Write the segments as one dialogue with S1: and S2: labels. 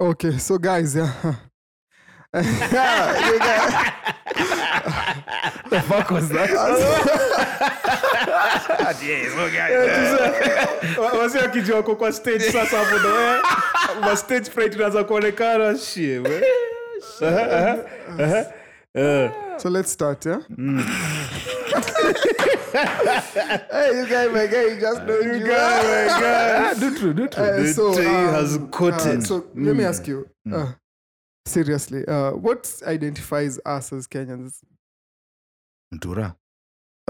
S1: Okay, so guys, yeah. yeah, you guys-
S2: the fuck was
S3: wasi akijua wako kwa stage sasa hapo ndo eh, ma stage fright inaanza kuonekana shie we. Aha, aha, aha. Eh,
S1: so let's start, yeah.
S3: Mm.
S1: hey, you guys, my guy, you just know you
S3: guy, my guy.
S1: do true, do true.
S3: The tree has mm. cotton.
S1: um, uh, so let me ask you. Uh, seriously, uh, what identifies us as Kenyans?
S2: mtura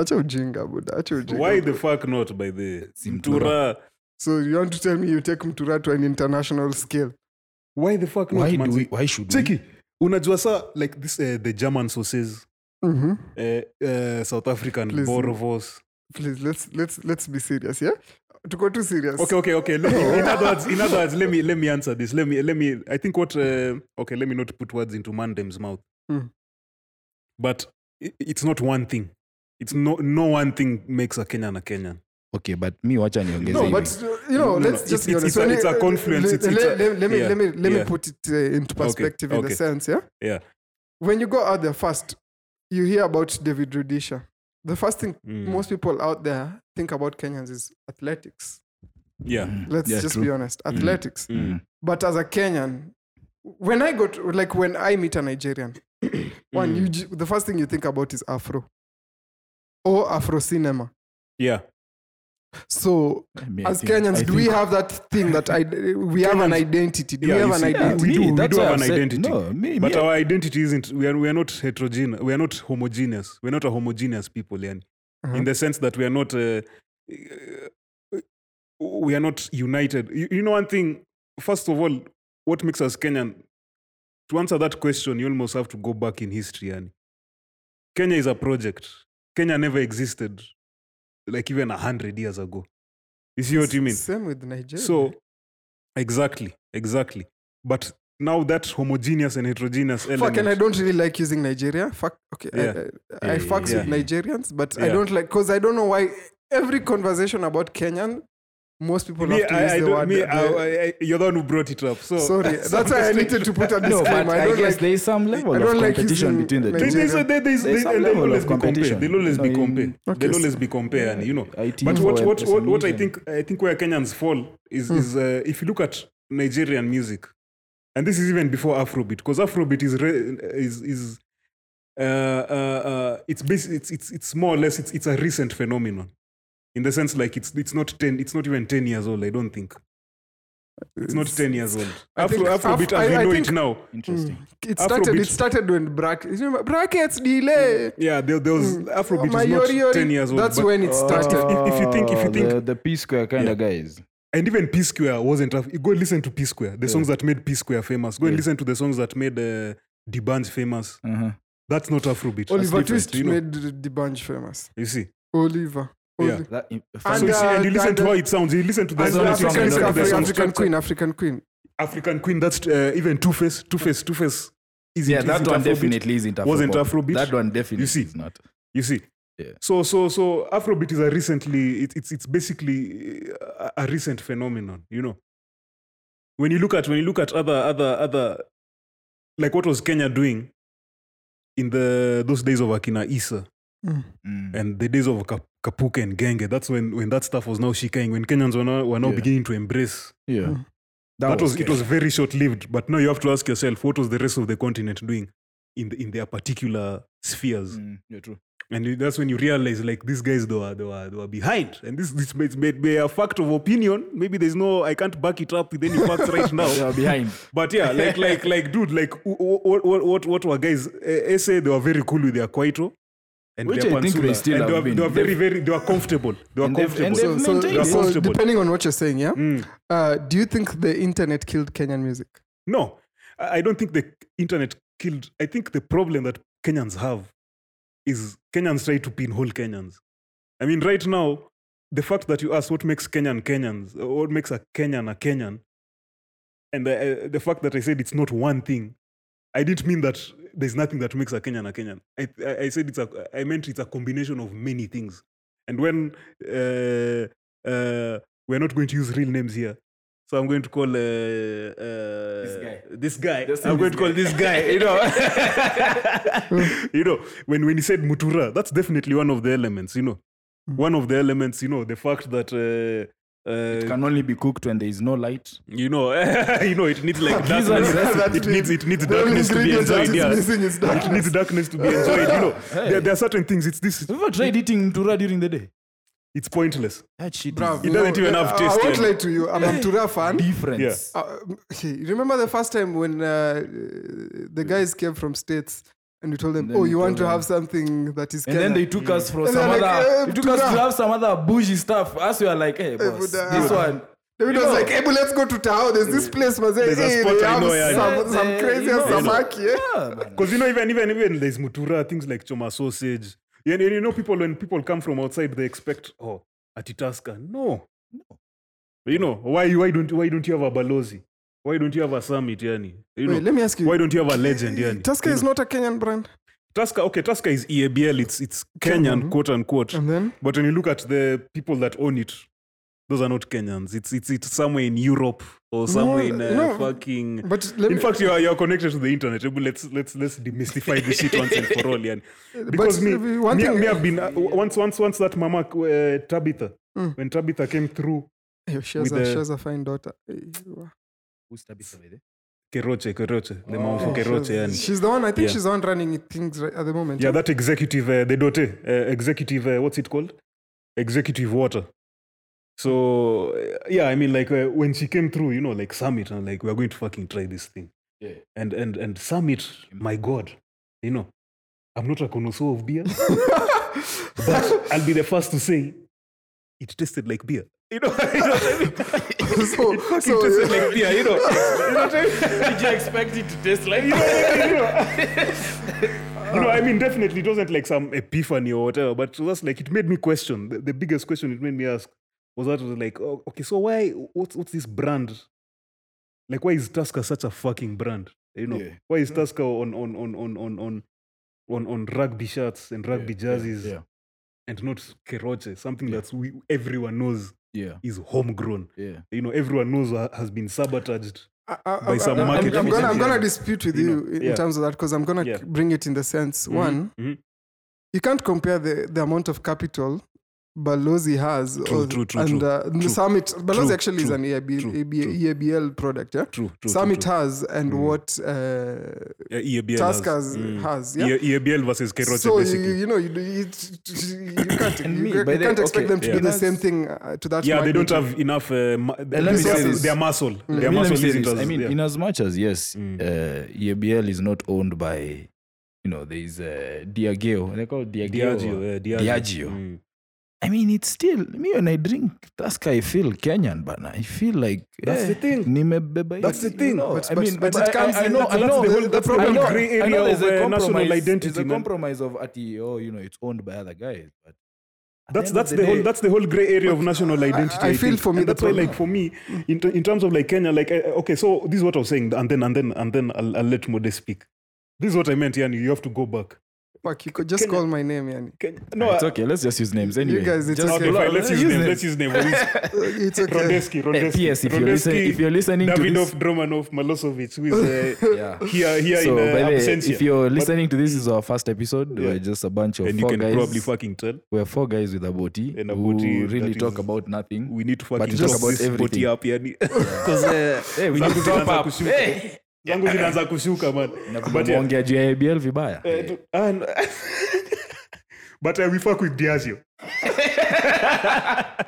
S1: Acha ujinga, buda. Acha ujinga.
S3: why the fuck not by the
S2: Si mtura.
S3: mtura
S1: So you want to tell me you take mtura to an international scale?
S3: why the fuck not
S2: why,
S3: man?
S2: do we, why should we?
S3: cheki unajua saa like this eh, the german sources
S1: Mm-hmm.
S3: eh, eh, south african
S1: Please.
S3: borovos
S1: Please let's let's let's be serious, yeah. To go too serious.
S3: okay okay okay let me, in other words in other words let me let me answer this let me let me i think what uh, okay let me not put words into mandem's mouth
S1: Mm.
S3: but i it's not one thing it's no no one thing makes a kenyan a kenyan
S2: okay but mi wacha niongeze
S1: No,
S2: hivi.
S1: but uh, you know,
S3: No, no,
S1: let's
S3: it's-
S1: just be
S3: it's-
S1: honest.
S3: it's a-
S1: When
S3: it's a
S1: you-
S3: confluence,
S1: Let,
S3: it's- it's
S1: let-
S3: a-
S1: let- let me
S3: yeah,
S1: let me let me
S3: yeah.
S1: put it uh, into perspective in
S3: okay.
S1: the sense, yeah.
S3: yeah
S1: When you go out there first, you hear about David Rudisha. The first thing
S3: Mm.
S1: most people out there think about Kenyans is athletics.
S3: yeah
S1: Let's
S2: Yeah,
S1: just
S2: true.
S1: be honest, athletics.
S3: Mm.
S1: But as a Kenyan, when I go to, like when I meet a Nigerian, one
S3: Hmm.
S1: you ju- the first thing you think about is Afro or Afro cinema.
S3: yeah
S1: So
S2: Me, I
S1: as
S2: think-
S1: Kenyans,
S2: I
S1: do we
S2: think-
S1: have that thing that I, we have an
S3: Kenyans-
S1: identity? Do
S3: Yeah,
S1: we
S3: you
S1: have an
S3: see, yeah,
S1: identity?
S3: we do, we
S2: that's
S3: do
S2: why
S3: have
S2: I've
S3: an
S2: said-
S3: identity.
S2: no, me-
S3: but
S2: me-
S3: our identity isn't we are, we are not heterogeneous we are not homogeneous we're not a homogeneous people yani
S1: Uh-huh.
S3: in the sense that we are not uh, we are not united you, you know one thing first of all what makes us kenyan to answer that question you almost have to go back in history yani kenya is a project kenya never existed like even a 100 years ago you see what you mean
S1: Same with Nigeria.
S3: so exactly exactly but now that homogeneous and heterogeneous
S1: fuck, and I
S3: element
S1: don't really like using Nigeria. Fuck, okay, I-
S3: Yeah.
S1: I, I,
S2: Yeah,
S1: fucks
S3: yeah,
S1: with
S2: yeah.
S1: Nigerians, but I
S3: Yeah.
S1: don't like because I don't know why every conversation about Kenyan, most people
S3: me,
S1: have to use
S3: I, I
S1: the
S3: don't,
S1: word.
S3: me,
S1: the-
S3: I, I, you're the one who brought it up so
S1: sorry, that's why I needed to put a
S2: no,
S1: disclaimer.
S2: but
S1: I
S2: I
S1: don't
S2: guess
S1: like.
S2: there is some level
S1: I don't
S2: of
S1: like
S2: competition
S1: using
S2: between the
S1: Nigeria.
S3: There's,
S2: two.
S3: there's, there's,
S2: There's
S3: there's, there's,
S2: some
S3: they'll
S2: level
S3: always
S2: of
S3: be compared.
S2: competition.
S3: They'll always
S2: So
S3: be
S2: in-
S3: compared.
S1: Okay,
S3: They'll
S1: so-
S3: always be compared, you know.
S2: IT
S3: But what,
S2: for
S3: what, what, what I
S2: representation.
S3: think I think where Kenyans fall is,
S1: Hmm.
S3: is uh, if you look at Nigerian music, and this is even before Afrobeat, because Afrobeat is re- is is uh, uh, uh, it's, basi- it's it's it's more or less it's, it's a recent phenomenon, in the sense like it's it's not ten it's not even ten years old. I don't think it's not ten years old.
S1: I
S3: Afro,
S1: think Af-
S3: Afrobeat as we
S1: I- I
S3: know
S1: think-
S3: it now.
S2: Interesting.
S1: Mm, It started. It
S3: Afrobeat.
S1: started when brackets. brackets delay.
S3: Yeah, there, there was
S1: Hmm.
S3: Afrobeat is not
S1: Mayori-
S3: ten years old.
S1: That's
S3: but- Oh.
S1: when it started.
S3: if- if you think- if you
S2: Oh,
S3: think-
S2: the, the P square kind
S3: Yeah.
S2: of guys.
S3: and even P Square wasn't. Af- go listen to P Square, the songs that made P Square famous. Go and listen to the songs that made uh, the bands famous.
S2: Uh-huh.
S3: That's not Afrobeat.
S1: Oliver
S3: That's different,
S1: Twist
S3: you know.
S1: made the bunch famous.
S3: You see,
S1: Oliver.
S3: Yeah.
S1: Oli-
S2: That,
S3: so
S1: And,
S3: you see,
S1: uh,
S3: and you listen
S1: and,
S3: to
S1: uh,
S3: how it sounds. You listen to the
S1: And
S2: That's
S3: songs.
S2: only
S3: you
S1: African,
S2: song I
S3: listen
S2: know
S3: to
S1: African,
S2: that
S3: the
S2: they
S3: songs.
S2: song.
S1: African Queen, African Queen.
S3: African Queen. That's uh, even Two Face. Two Face. Two Face. Is
S2: yeah,
S3: it,
S2: that
S3: isn't
S2: one
S3: Afrobeat.
S2: definitely isn't Afrobeat.
S3: Wasn't Afrobeat.
S2: That one definitely
S3: You see.
S2: is not.
S3: You see.
S2: Yeah.
S3: So so so Afrobeat is a recently it, it's it's basically uh, a, a recent phenomenon, you know. When you look at when you look at other other other like what was Kenya doing in the those days of Akina Issa
S2: Mm.
S3: and the days of Kap- Kapuka and Genge, that's when when that stuff was now shikaing, when Kenyans were now were now
S2: Yeah.
S3: beginning to embrace.
S2: Yeah.
S1: Mm.
S3: That, was, it
S2: Kenya.
S3: was very short lived, but now you have to ask yourself what was the rest of the continent doing in the, in their particular spheres.
S2: Mm, yeah, true.
S3: And you- that's when you realize like these guys they were they were, they were behind. And this this may, may, may a fact of opinion. Maybe there's no I can't back it up with any facts right now.
S2: They are behind.
S3: But yeah, like like like dude, like what what what, what were guys eh, SA they were very cool with their kwaito. And
S2: Which
S3: their
S2: I think they
S3: pansula.
S2: still
S3: and they
S2: have
S3: were,
S2: been.
S3: they were very
S2: They've-
S3: very they were comfortable. They were
S2: And they've- and
S3: comfortable.
S1: So,
S2: they've-
S1: so,
S2: maintained
S3: it.
S1: so
S3: Comfortable.
S1: depending on what you're saying, yeah.
S3: Mm.
S1: Uh, do you think the internet killed Kenyan music?
S3: No, I I don't think the internet killed. I think the problem that Kenyans have is Kenyans try to pinhole Kenyans. I mean, right now, the fact that you ask what makes Kenyan Kenyans, uh, what makes a Kenyan a Kenyan, and the, uh, the fact that I said it's not one thing, I didn't mean that there's nothing that makes a Kenyan a Kenyan. I, I, I said it's a, I meant it's a combination of many things. And when uh, uh, we're not going to use real names here, So I'm going to call uh, uh, this
S2: guy.
S3: This guy.
S2: Just say
S3: I'm going
S2: this
S3: to call this guy. You know, you know. When when he said mutura, that's definitely one of the elements. You know, one of the elements. You know, the fact that uh,
S2: It
S3: uh,
S2: can only be cooked when there is no light.
S3: you know, you know, it needs like
S2: These are
S3: darkness.
S1: That's
S3: it
S1: me.
S3: needs it needs
S1: The only
S3: darkness to be
S1: ingredient that is
S3: enjoyed. Yeah.
S1: missing is
S3: It needs
S1: darkness.
S3: darkness to be enjoyed. You know,
S2: Hey.
S3: there, there are certain things. It's this.
S2: Have you ever tried eating mtura during the day?
S3: It's pointless.
S2: That shit
S1: Bruv,
S3: It doesn't
S1: no, uh,
S3: even have taste,
S1: I won't
S3: yeah.
S1: lie to you. I'm a Mtura fan.
S2: is different.
S3: Yeah.
S1: Uh, you remember the first time when uh, the guys came from states and we told them,
S2: Then
S1: "Oh,
S2: we
S1: you want
S2: told
S1: to have
S2: them.
S1: something that is."
S2: And then they took us for
S1: And
S2: some
S1: they're
S2: other.
S1: like, eh,
S2: they took us to
S1: Buddha.
S2: have some other bougie stuff. Us we are like, hey, boss,
S1: Buddha.
S2: this one.
S1: David
S2: you
S1: was
S2: know-
S1: like, "Hey, but let's go to Tao. There's this place, man.
S3: There's a
S1: Hey,
S3: spot
S1: they
S3: I
S1: have
S3: know, yeah, I
S1: some,
S2: know."
S1: some
S2: Eh,
S1: crazy
S2: you know.
S1: samaki." eh?
S2: Yeah, Ah, man.
S3: Because you know, even even even there's mutura, things like choma sausage. Yeah, And, and you know, people when people come from outside, they expect oh atitaska. No, no. You know why why don't why don't you have a balozi? Why don't you have a summit, yani? You know,
S1: Wait, let me ask you.
S3: why don't you have a legend, yani?
S1: Tusker
S3: You
S1: is
S3: know,
S1: not a Kenyan brand.
S3: Tusker. Okay, Tusker is E EABL. It's it's Kenyan,
S1: Kenyan, mhm.
S3: quote unquote.
S1: And then
S3: But when you look at the people that own it, those are not Kenyans. It's it's it's somewhere in Europe or somewhere in uh,
S1: no.
S3: fucking.
S1: But let
S3: In
S1: me,
S3: fact, you are you are connected to the internet. Ebu, Let's let's let's demystify this shit once and for all, yani. Because
S1: but
S3: me,
S1: one
S3: me,
S1: thing,
S3: me have been uh, once once once that mama uh, Tabitha
S1: Mm.
S3: when Tabitha came through
S1: Yo, she, has
S3: with
S1: a,
S3: the-
S1: she has a fine daughter. Wow.
S3: Keroche Keroche the mama
S2: Oh.
S3: from Keroche,
S1: She has-
S3: yani.
S1: she's the one. I think
S3: Yeah.
S1: she's the one running things right at the moment.
S3: Yeah, that executive uh, the dote uh, executive uh, what's it called? Executive water. So uh, yeah, I mean like uh, when she came through, you know, like summit and like we're going to fucking try this thing.
S2: Yeah.
S3: And and and summit, my god, you know, I'm not a connoisseur of beer. But I'll be the first to say it tasted like beer. You know, you know what I mean?
S1: so,
S3: it fucking
S1: so-
S3: tasted like beer, you know. You know what I mean?
S2: Did you expect it to taste like
S3: You know, what I mean? You know? You know, I mean, definitely it wasn't like some epiphany or whatever, but that's like it made me question. The, the biggest question it made me ask was that was like, oh, okay, so why? What's what's this brand? Like, why is Tusker such a fucking brand? You know,
S2: Yeah.
S3: why is Tusker on on on on on on on on rugby shirts and rugby jerseys
S2: Yeah.
S3: and not Keroche, something that's we, everyone knows
S2: Yeah.
S3: is homegrown.
S2: Yeah.
S3: You know, everyone knows ha- has been sabotaged.
S1: I, I,
S3: by some
S1: I,
S3: market
S1: I'm, I'm gonna, I'm
S3: representative.
S1: gonna dispute with
S3: You
S1: you,
S3: know,
S1: in
S3: yeah.
S1: terms of that because I'm gonna
S3: Yeah.
S1: c- bring it in the sense one,
S3: Mhm, mhm.
S1: you can't compare the, the amount of capital Balozi has
S3: True, true, true,
S1: and
S3: true.
S1: uh, the
S3: True.
S1: Summit. Balozi
S3: True,
S1: actually is
S3: true,
S1: an E EAB,
S3: true,
S1: EAB,
S3: true.
S1: EABL product, yeah.
S3: True, true.
S1: Summit
S3: true,
S1: has and
S3: Mm.
S1: what uh,
S3: true. Uh, EABL
S1: Tuskers has, yeah.
S3: E- EABL versus Keroche,
S1: so you,
S3: basically.
S1: you know you, do- it, you can't
S2: And
S1: you,
S2: me,
S1: you
S2: by the-
S1: can't expect
S2: okay,
S1: them to
S3: yeah.
S1: do the
S2: Because-
S1: same thing uh, to that
S3: yeah, they don't
S1: magnitude.
S3: have enough. Uh, ma-
S2: let me
S1: say
S3: resources.
S1: this.
S3: Their muscle. Their
S2: I mean, let
S3: muscle
S2: me say
S3: isn't
S2: this.
S3: as-
S2: I mean,
S3: yeah.
S2: in as much as yes,
S3: Mm.
S2: uh, EABL is not owned by, you know, there is uh, Diageo. They call it Diageo.
S3: Diageo, uh, Diageo.
S2: Diageo.
S3: Mm.
S2: I mean, it's still me when I drink Tusker, I feel Kenyan, but I feel like eh,
S3: That's the thing.
S2: Nimebeba,
S3: That's the thing.
S2: No,
S1: But-
S2: I
S1: but-
S2: mean,
S1: but it comes
S2: I, I
S1: in-
S2: know,
S1: that's-
S2: I
S1: that's
S2: know
S1: the whole- that's the
S2: I
S1: whole
S2: know,
S3: grey
S2: I know
S3: area
S2: there's a
S3: of, uh, national
S2: compromise-
S3: identity,
S2: There's a
S3: man.
S2: compromise of ati, oh, you know, it's owned by other guys, but at
S3: That's
S2: the end of
S3: that's the whole
S2: day-
S3: that's the whole gray area of national identity.
S1: I feel
S3: think.
S1: for me
S3: And
S1: the
S3: that's why, like
S1: problem-
S3: for me, in, in terms of like Kenya, like uh, okay, so this is what I was saying, and then and then and then I'll, I'll let Mode speak. This is what I meant, yani. You have to go back.
S1: Fuck, you could just
S3: Kenya-
S1: call my name, yani.
S3: Kenya,
S2: no,
S3: no,
S2: Ah, it's okay. Let's just use names anyway.
S1: guys, it's
S2: just
S1: okay.
S3: okay, fine. Let's use,
S2: Use
S3: name.
S2: names.
S3: Let's use name. We'll use-
S1: It's okay.
S3: Rondeski,
S2: Hey,
S3: Rondeski.
S2: P.S. If you're, listen,
S3: Rondeski,
S2: if you're listening to
S3: Davidov,
S2: this,
S3: Romanov, Milosevic, who is uh,
S2: yeah.
S3: here here
S2: So,
S3: in
S2: by
S3: uh,
S2: the way,
S3: absentia.
S2: if you're
S3: But-
S2: listening to this, this is our first episode. We're just a bunch of
S3: and you
S2: four
S3: can
S2: guys.
S3: probably fucking tell,
S2: we're four guys with a booty
S3: And a
S2: who
S3: booty
S2: really
S3: that
S2: talk
S3: is-
S2: about nothing.
S3: we need to fucking
S2: talk
S3: talk
S2: about
S3: this body
S2: everything.
S3: up, yani. Because
S2: uh, hey, Eh, we need to eh, top up. Hey.
S3: zangu zinaanza kushuka man. But yeah,
S2: Tumeongea juu ya ABL vibaya.
S3: Eh, tu- ah, no. but uh, we fuck with Diazio.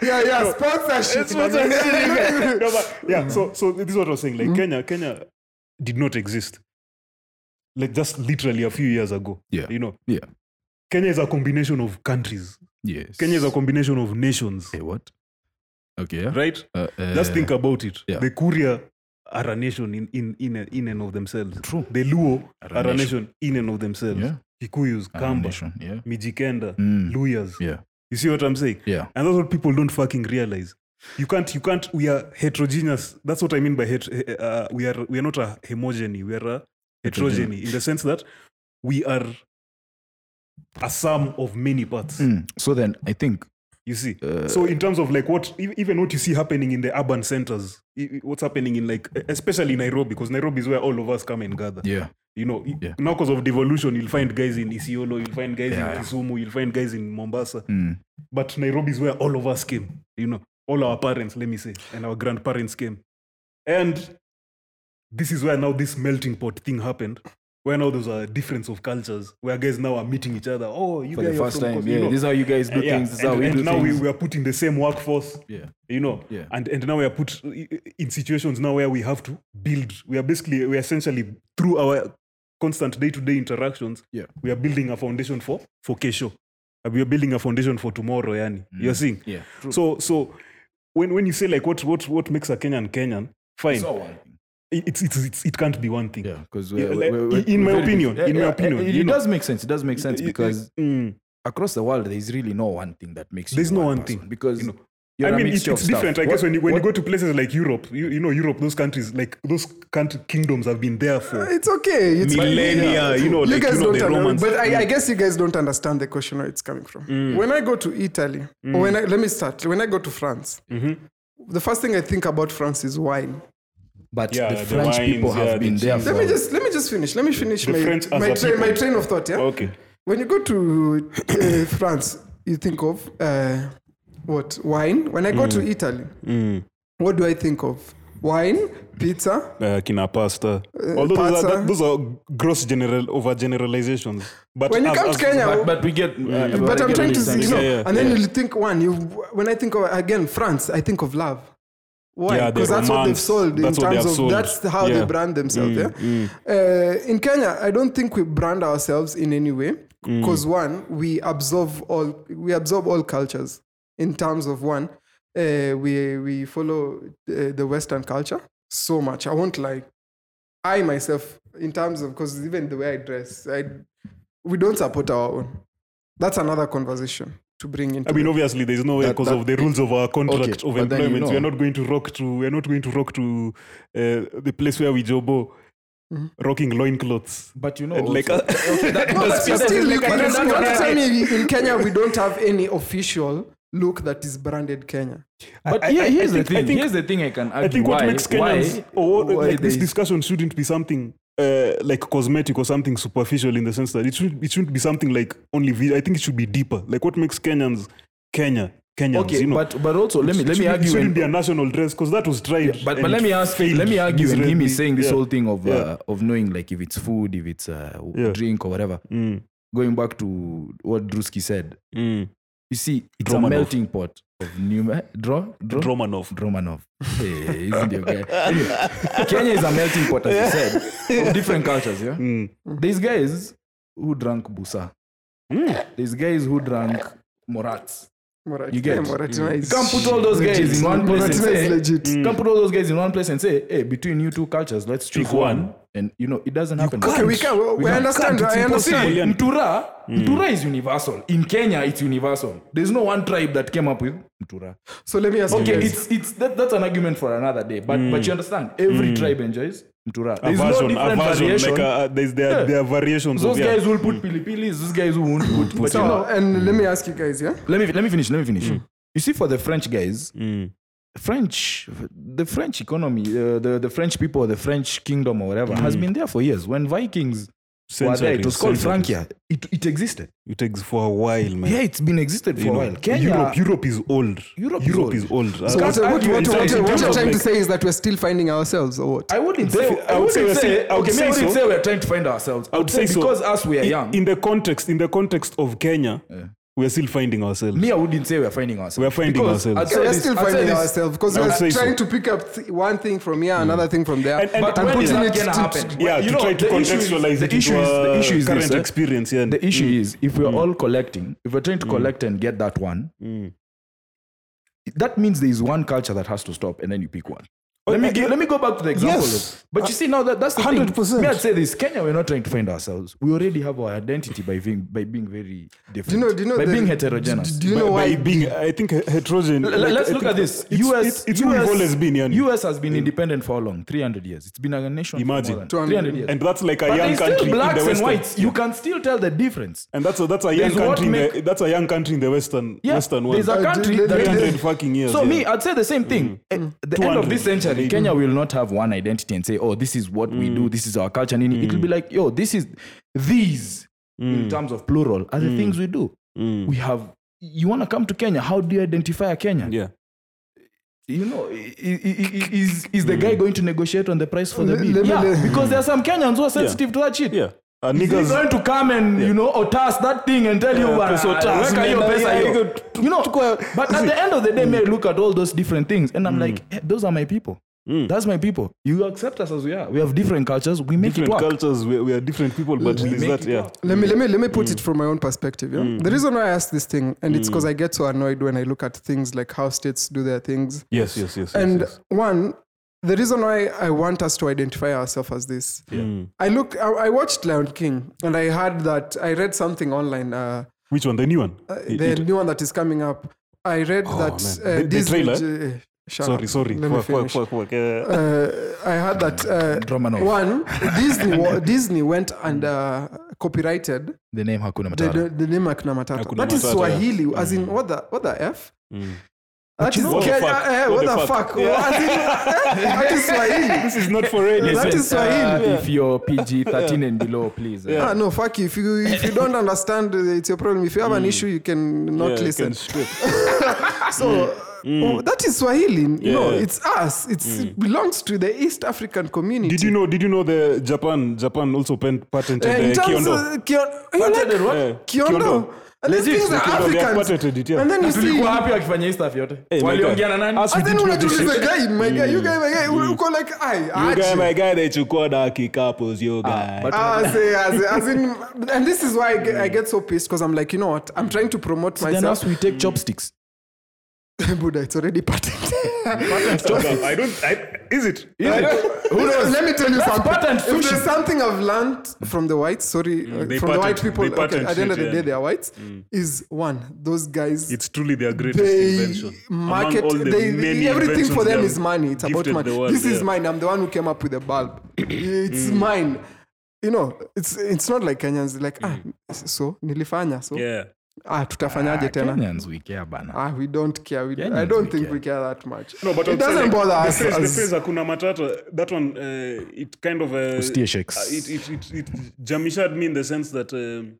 S1: Yeah, yeah, sponsorship.
S3: no, but, yeah, so so this is what I was saying.
S2: Hmm?
S3: Like Kenya, Kenya did not exist. Like just literally a few years ago.
S2: Yeah.
S3: You know.
S2: Yeah.
S3: Kenya is a combination of countries.
S2: Yes.
S3: Kenya is a combination of nations.
S2: Hey, what? Okay, yeah.
S3: Right?
S2: Uh, uh,
S3: Just think about it.
S2: yeah.
S3: The Kuria are a nation in, in, in, and- in and of themselves.
S2: True.
S3: The Luo
S2: Are
S3: are,
S2: a
S3: a
S2: nation.
S3: nation in and of themselves.
S2: Yeah.
S3: Kikuyus, Kamba,
S2: Animation, Yeah.
S3: Mijikenda,
S2: Mm.
S3: Luyas.
S2: Yeah.
S3: You see what I'm saying?
S2: Yeah.
S3: And that's what people don't fucking realize. You can't, you can't, we are heterogeneous. That's what I mean by het- eh, uh, we are we are not a homogeny, we are a heterogeny in the sense that we are a sum of many parts.
S2: Mm. So then I think
S3: You see,
S2: Uh,
S3: so in terms of like what e- even what you see happening in the urban centers, e- e- what's happening in like especially Nairobi, because Nairobi is where all of us come and gather.
S2: yeah,
S3: You know, e-
S2: Yeah.
S3: now because of devolution, you'll find guys in Isiolo, you'll find guys
S2: Yeah.
S3: in Kisumu, you'll find guys in Mombasa.
S2: mm,
S3: But Nairobi is where all of us came. You know, all our parents, let me say, and our grandparents came, and this is where now this melting pot thing happened. Where now there's a difference of cultures, where guys now are meeting each other. Oh, you
S2: for
S3: guys
S2: the
S3: are
S2: first
S3: from
S2: time.
S3: Kos-
S2: Yeah,
S3: you know,
S2: this is how you guys do
S3: Uh, yeah,
S2: things. This is
S3: and,
S2: how we
S3: and
S2: do
S3: now
S2: things.
S3: We, we are put in the same workforce
S2: yeah,
S3: you know
S2: Yeah.
S3: and and now we are put i- i- in situations now where we have to build we are basically we are essentially through our constant day-to-day interactions
S2: Yeah.
S3: we are building a foundation for for kesho Uh, we are building a foundation for tomorrow yani
S2: Mm.
S3: you're seeing
S2: yeah.
S3: so so when when you say like what what what makes a kenyan kenyan fine
S2: It's all one thing.
S3: it, it's, it's, it's it can't be one thing
S2: Yeah, because
S3: Yeah, like, in my opinion, in my opinion,
S2: it,
S3: you
S2: it
S3: know.
S2: does make sense. It does make sense
S3: Y- y-
S2: because
S3: mm,
S2: across the world, there is really no one thing that makes.
S3: There's
S2: you
S3: no
S2: one
S3: one thing,
S2: person because
S3: you
S2: you
S3: know.
S2: are
S3: I
S2: a
S3: mean, it's,
S2: mixture
S3: it's
S2: of stuff.
S3: different, I
S2: What-
S3: guess, when, you, when
S2: what-
S3: you go to places like Europe, you, you know, Europe, those countries, like, those country, kingdoms have been there for
S1: It's okay. It's fine.
S3: millennia, you know,
S1: you
S3: like,
S1: guys
S3: you know,
S1: don't
S3: the
S1: under-
S3: Romans.
S1: but I, I guess you guys don't understand the question where it's coming from.
S3: Mm.
S1: When I go to Italy, or when I, let me start. When I go to France,
S3: Mm-hmm.
S1: the first thing I think about France is wine.
S2: but
S3: Yeah,
S2: the
S3: the
S2: French
S3: wines,
S2: people have
S3: yeah, the
S2: been there.
S3: cheese.
S2: For,
S3: Let
S1: Let me just let me just finish. Let me finish
S3: The
S1: my
S3: French as
S1: my
S3: a
S1: train, my
S3: people.
S1: train of thought. Yeah.
S3: Okay.
S1: When you go to uh, France, you think of uh, what wine. When I go
S3: Mm.
S1: to Italy, what do I think of? Wine, pizza.
S3: Uh, kina pasta.
S2: Uh,
S3: Although those,
S1: pasta.
S3: are, that, those are gross general overgeneralizations. But
S1: When you
S3: as-
S1: come
S3: as-
S1: to Kenya,
S2: but, but we get. uh,
S1: but
S2: I
S1: I'm trying
S2: get what
S1: to
S2: you're
S1: see, you
S2: saying.
S1: know.
S3: Yeah, yeah,
S1: and then you think one. You when I think of again France, I think of love. Why?
S3: Yeah, the
S1: Because that's what they've
S3: romance.
S1: sold in
S3: That's what they
S1: terms
S3: have
S1: of
S3: sold.
S1: that's how they
S3: Yeah. Mm,
S1: brand themselves. yeah. Uh, in Kenya, I don't think we brand ourselves in any way.
S3: Mm.
S1: Because one, we absorb all we absorb all cultures in terms of one. Uh, we we follow uh, the Western culture so much. I won't lie. I myself, in terms of, because even the way I dress, I, we don't support our own. That's another conversation to bring into.
S3: I mean,
S1: the-
S3: obviously, there's no way
S2: That-
S3: because
S2: that-
S3: of the rules of our contract
S2: Okay,
S3: of
S2: but then you
S3: employment.
S2: know.
S3: We are not going to rock to. We are not going to rock to uh, the place where we jobo,
S2: Mm-hmm.
S3: rocking loincloths.
S2: But you know,
S3: And like,
S2: also-
S3: okay, that,
S1: no, but
S3: that's-
S1: you
S3: that's-
S1: still, you
S3: like, I
S1: can
S3: don't
S1: you
S3: know.
S1: want to tell me in Kenya we don't have any official look that is branded Kenya.
S2: But
S3: I-
S2: yeah,
S3: I- I
S2: here's
S3: think-
S2: the
S3: I
S2: thing.
S3: think-
S2: here's the thing I can argue.
S3: I think what
S2: why,
S3: makes Kenyans
S2: why,
S3: or what,
S2: why
S3: like this
S2: there is-
S3: discussion shouldn't be something uh, like cosmetic or something superficial in the sense that it should it shouldn't be something like only vi- I think it should be deeper. Like what makes Kenyans Kenya Kenyans?
S2: Okay,
S3: you know,
S2: but but also let me
S3: It
S2: let me
S3: shouldn't- It
S2: argue.
S3: shouldn't
S2: and-
S3: be a national dress because that was tried.
S2: but, but
S3: and
S2: let me ask
S3: failed
S2: let me argue and him
S3: miserably.
S2: is saying this
S3: Yeah.
S2: whole thing of
S3: Yeah.
S2: uh, of knowing like if it's food if it's uh, w-
S3: Yeah.
S2: drink or whatever
S3: Mm,
S2: going back to what Drusky said
S3: mm.
S2: you see it's
S3: Dromanov.
S2: a melting pot of new ma- draw draw
S3: Romanov.
S2: Romanov. Hey, isn't your guy? Anyway, Kenya is a melting pot, as you said, of different cultures. Yeah,
S3: Mm.
S2: there's guys who drank busa. There's guys who drank morats.
S1: Morat-
S2: You get-
S1: yeah, Moratina is-
S2: You can't put all those guys in one place and
S1: Moratina
S2: say,
S1: is legit.
S2: can't put all those guys in one place and say, hey, between you two cultures, let's choose
S3: Pick one."
S2: one. And you know, it doesn't happen.
S1: Okay, we can. We,
S2: can't.
S1: understand.
S2: Can't.
S1: I
S2: It's
S1: understand.
S2: impossible. Mtura, Mtura is universal. In Kenya, it's universal. There's no one tribe that came up with Mtura.
S1: So let me ask
S2: Okay,
S1: you guys.
S2: it's it's that, that's an argument for another day. But but you understand, every tribe enjoys Mtura. There's no
S3: Aversion,
S2: different
S3: aversion,
S2: variation.
S3: like uh, uh, there's there,
S2: Yeah.
S3: there are variations
S2: those
S3: of yeah.
S2: guys will put pilipilis. Those guys who won't put. but
S1: So,
S2: you know,
S1: and let me ask you guys. Yeah.
S2: let me let me finish. Let me finish. You see, for the French guys,
S3: Mm.
S2: French, the French economy, uh, the the French people, the French kingdom or whatever, has
S3: Mm.
S2: been there for years. When Vikings were there, it
S3: Centuries,
S2: was called
S3: centuries.
S2: Francia. It it existed.
S3: It takes for a while, man.
S2: Yeah, it's been existed for
S3: You
S2: a
S3: know,
S2: while. Kenya,
S3: Europe, Europe is old.
S2: Europe is old.
S3: is old.
S1: So what,
S2: Can't
S1: what, what,
S2: argue
S1: what,
S2: in terms- in
S1: what
S2: terms
S1: you're
S2: of
S1: trying to
S2: like-
S1: say is that we're still finding ourselves, or what?
S2: I wouldn't say.
S3: Defi-
S2: I would say.
S3: say- I would
S2: okay,
S3: say
S2: maybe I wouldn't
S3: so.
S2: say we're trying to find ourselves. I would, say,
S3: so.
S2: because us we are
S3: In-
S2: young.
S3: In the context, in the context of Kenya, we're still finding ourselves.
S2: me, I wouldn't say we're finding ourselves.
S3: We're finding
S2: Because
S3: ourselves.
S2: I'd say
S1: So we're
S2: this-
S1: still
S2: I'd say
S1: finding
S2: this-
S1: ourselves because
S3: I would
S1: we're
S3: say so. Mm.
S1: trying to pick up th- one thing from here, another thing from there,
S3: And- and-
S1: but
S3: and
S1: I'm
S3: when is
S1: putting
S3: that
S1: it
S2: gonna
S1: to-
S2: happen?
S1: to-
S3: yeah,
S2: You
S3: to
S2: know,
S3: try to
S2: the issue is-
S3: contextualize
S2: the
S3: it into
S2: issue is- the
S3: our
S2: issue is this,
S3: current
S2: eh?
S3: experience. Yeah.
S2: The issue is if
S3: Mm.
S2: we're all collecting, if we're trying to collect and get that one, that means there is one culture that has to stop, and then you pick one. Let me
S1: I-
S2: give, let me go back to the example.
S1: Yes.
S2: of- but you see now that, that's the thing.
S1: 100%.
S2: Me, I'd say this: Kenya, we're not trying to find ourselves. We already have our identity by being by being very different.
S1: Do you know? Do you know?
S2: by
S1: the-
S2: being
S1: do-
S2: heterogeneous.
S1: Do, do you know
S3: by
S1: why?
S3: being, I think, heterogeneous.
S2: L-
S3: Like,
S2: let's
S3: I
S2: look
S3: think
S2: at this.
S3: It's,
S2: US,
S3: it's, it's who
S2: US,
S3: we've always been, yani.
S2: US has been independent for how long? 300 years. It's been a nation
S3: Imagine.
S2: for more than 300 years.
S3: and that's like a
S2: but
S3: young
S2: there's
S3: country
S2: still blacks
S3: in the
S2: and
S3: Western.
S2: whites. You can still tell the difference.
S3: And that's a, that's a young
S2: There's what
S3: country. in the,
S2: make-
S3: that's a young country in the Western
S2: Yeah,
S3: Western
S2: there's
S3: world.
S2: a
S1: Uh,
S2: country
S1: let-
S2: that
S1: let-
S2: can
S3: 300 fucking years.
S2: So
S3: yeah. Mm.
S2: me, I'd say the same thing. At the end of
S3: 200,
S2: this century,
S3: maybe.
S2: Kenya will not have one identity and say, "Oh, this is what we
S3: Mm.
S2: do. This is our culture." And it'll be like, "Yo, this is these." In
S3: Mm.
S2: terms of plural, are the things we do. We have. You want to come to Kenya? How do you identify a Kenyan?
S3: yeah.
S2: You know, i- i- i- i- is is the
S3: Mm.
S2: guy going to negotiate on the price for the
S1: Le-
S2: bill?
S1: le-
S2: Yeah,
S1: le-
S2: because there are some Kenyans who are sensitive to that shit.
S3: Yeah. Uh,
S2: Is he
S3: niggas
S2: going to come and you know otas that thing and tell you
S3: Yeah,
S2: bwana,
S3: pesa otas,
S2: weka
S3: man,
S2: hiyo
S3: yeah,
S2: pesa
S3: yeah,
S2: hiyo.
S3: you go to-
S2: you know
S3: to go-
S2: but at the end of the day may I look at all those different things and I'm
S3: Mm.
S2: like eh, those are my people that's my people you accept us as we are we have different cultures we make
S3: different
S2: it work
S3: cultures. We, we are different people, but
S2: we
S3: there's
S2: make
S3: that.
S2: it
S3: Yeah.
S2: work.
S1: Let me let me let me put
S3: Mm.
S1: it from my own perspective. Yeah? The reason why I ask this thing, and it's because I get so annoyed when I look at things like how states do their things.
S3: Yes. Yes. Yes.
S1: and
S3: yes,
S1: one, the reason why I want us to identify ourselves as this.
S3: yes. Mm.
S1: I look. I, I watched Lion King, and I heard that I read something online. Uh,
S3: Which one? The new one.
S1: uh,
S3: It-
S1: the
S3: it-
S1: new one that is coming up. I read
S3: Oh,
S1: that
S3: man.
S1: uh,
S3: The- the
S1: Disney.
S3: trailer?
S1: j- eh, shut
S3: sorry.
S1: up.
S3: Sorry.
S1: Let me
S3: Work, work,
S1: finish.
S3: work, work. Yeah.
S1: Uh, I heard that uh,
S2: Romanov
S1: one Disney wa- Disney went and uh, copyrighted
S2: the name Hakuna
S1: the,
S2: Matata
S1: the, the name Hakuna Matata.
S3: Hakuna
S1: that is
S3: Matata,
S1: Swahili, as in what the what the f?
S3: Mm.
S1: That is
S3: know- What the
S1: Kenya-
S3: fuck?
S1: eh, what the fuck? As in, eh, that is Swahili.
S3: this is not for radio.
S1: That is Swahili.
S2: uh, if you're PG 13 and below please uh,
S1: Ah, no, fuck you. If you if you don't understand, uh, it's your problem. If you have an issue, you can not
S3: Mm. Yeah, you
S1: listen. Ah,
S3: can strip.
S1: So oh, that is Swahili. You know,
S3: Yeah. Mm.
S1: it's us. It's, It belongs to the East African community.
S3: Did you know? Did you know the Japan? Japan also pen, patented
S1: Uh, in
S3: uh,
S1: terms
S3: Kyondo.
S1: of Kion- you like-
S2: Patented what?
S3: Yeah,
S1: Kyondo.
S3: Kyondo.
S1: And these
S3: Legit,
S1: things are
S3: Kyondo, they have
S1: Africans.
S3: patented it, yeah.
S1: And then you see.
S2: tulikuwa happy wakifanya hii stuff yote
S3: Hey, my
S2: waliongea
S3: guy.
S2: na nani
S3: As we
S1: And then
S3: did not do
S1: unajiuliza
S3: shit. Mm.
S1: guy, my guy, you guy, my guy, uko like I.
S3: You guy,
S1: aje.
S3: my guy, they took order kikapos, you guy.
S2: but-
S1: Ah, say, as, as in, and this is why I get, I get so pissed because I'm like, you know what? I'm trying to promote
S2: then
S1: myself.
S2: us we
S3: Mm.
S2: take chopsticks
S1: Buddha, it's already patented.
S3: I don't. I, is it? Is
S1: Who knows? Let me tell you
S2: That's
S1: something.
S2: patent
S1: if there's
S2: sushi.
S1: something I've learned from the whites, sorry, uh,
S3: they
S1: from the white
S3: patent-
S1: people,
S3: they
S1: okay,
S3: patent
S1: at the end of
S3: shit,
S1: the
S3: yeah. Mm.
S1: day, they are whites, is one, those guys.
S3: It's truly their greatest
S1: they
S3: invention.
S1: market
S3: Among all the
S1: they,
S3: many
S1: everything
S3: inventions
S1: for them
S3: they
S1: is money it's about
S3: gifted
S1: money
S3: the world,
S1: this is
S3: yeah. Mm.
S1: mine i'm the one who came up with the bulb it's mine you know it's it's not like kenyans like ah so nilifanya so
S3: Mm. Yeah.
S1: ah tutafanyaje tena
S2: Kenyans we care bana
S1: ah we don't care we, i
S2: Kenyans
S1: don't
S2: we
S1: think
S2: care.
S1: we care that much
S3: No, but
S1: it
S3: I'd say,
S1: doesn't
S3: like,
S1: bother us
S3: The phrase,
S1: as-
S3: the phrase "Hakuna Matata," that one, uh, it kind of uh,
S2: Ustia shakes.
S3: uh, It it it, it jamishad me in the sense that. Um,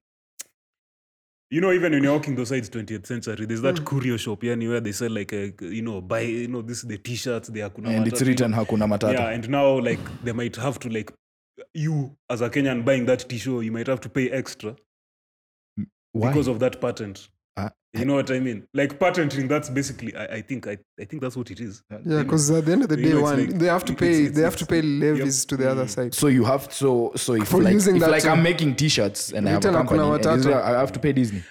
S3: you know, even when you're walking those sides 20th century, there's
S1: Mm.
S3: that curio shop, yeah, where they sell like, a, you know, buy, you know, this the T-shirts, the Hakuna
S2: and it's
S3: Matata, you know.
S2: written Hakuna Matata
S3: Yeah, and now like they might have to like you as a Kenyan buying that t-shirt, you might have to pay extra
S2: Why?
S3: because of that patent.
S2: Ah,
S3: You know what I mean? Like patenting, that's basically I, I think I, I think that's what it is.
S1: Yeah, because at the end of the
S3: You
S1: day,
S3: know, it's
S1: one
S3: like-
S1: they have to
S3: it's-
S1: pay
S3: it's-
S1: they have to pay
S3: it's-
S1: levies
S3: yep. Mm.
S1: to the other side.
S2: So you have so so if
S1: For
S2: like,
S1: using
S2: if
S1: that
S2: like
S1: term.
S2: I'm making T-shirts and I have a
S1: Written Hakuna
S2: company, and
S1: Matata.
S2: Israel, I have to pay Disney.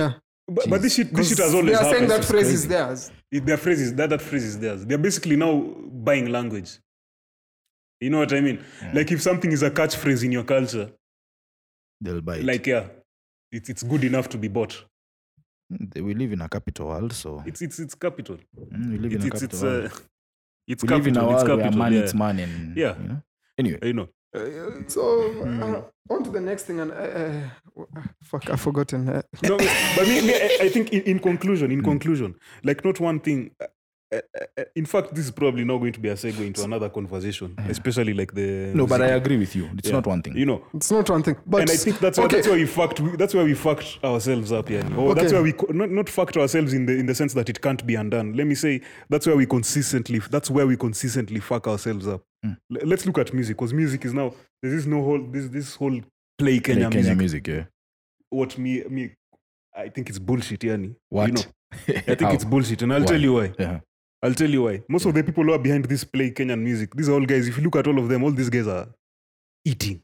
S1: Yeah,
S3: But, but this shit this shit has always
S1: they are saying
S3: happened.
S1: that phrase is
S2: crazy.
S1: theirs.
S3: It- their phrase is that that phrase is theirs. They're basically now buying language. You know what I mean? Like if something is a catchphrase in your culture,
S2: They'll buy it.
S3: like yeah, it, it's good enough to be bought.
S2: They- we live in a capital world, so
S3: It's it's it's capital.
S2: mm, we live in
S3: It's
S2: a
S3: it's
S2: capital
S3: it's
S2: world.
S3: uh, it's
S2: we
S3: capital.
S2: live in a
S3: it's
S2: world where
S3: capital,
S2: money,
S3: yeah.
S2: it's money, and
S3: Yeah.
S2: you know. Anyway,
S3: You know.
S1: So
S3: Hmm.
S1: uh, on to the next thing, and uh, uh, fuck, I've forgotten. Uh,
S3: no, but me, me, I, I think in, in conclusion,
S2: Hmm.
S3: in conclusion, like not one thing. uh, uh, uh, In fact, this is probably not going to be a segue into another conversation, especially like the
S2: Hmm. no, but I agree with you. It's
S3: Yeah.
S2: not one thing.
S3: You know,
S1: it's not one thing, but
S3: and I think that's why
S1: okay.
S3: that's why we fucked we- that's why we fucked ourselves up, yeah. Or that's
S1: Okay.
S3: why we co- not, not fucked ourselves in the in the sense that it can't be undone. Let me say that's where we consistently that's where we consistently fuck ourselves up.
S2: Hmm.
S3: L- let's look at music because music is now there is no whole this this whole play
S2: Like
S3: Kenya,
S2: Kenya
S3: music
S2: music, yeah.
S3: what me me I think it's bullshit, yani.
S2: What?
S3: You know, I think it's bullshit, and I'll
S2: Why?
S3: tell you why.
S2: yeah.
S3: I'll tell you why. Most of the people who are behind this play Kenyan music, these are all guys. If you look at all of them, all these guys are eating.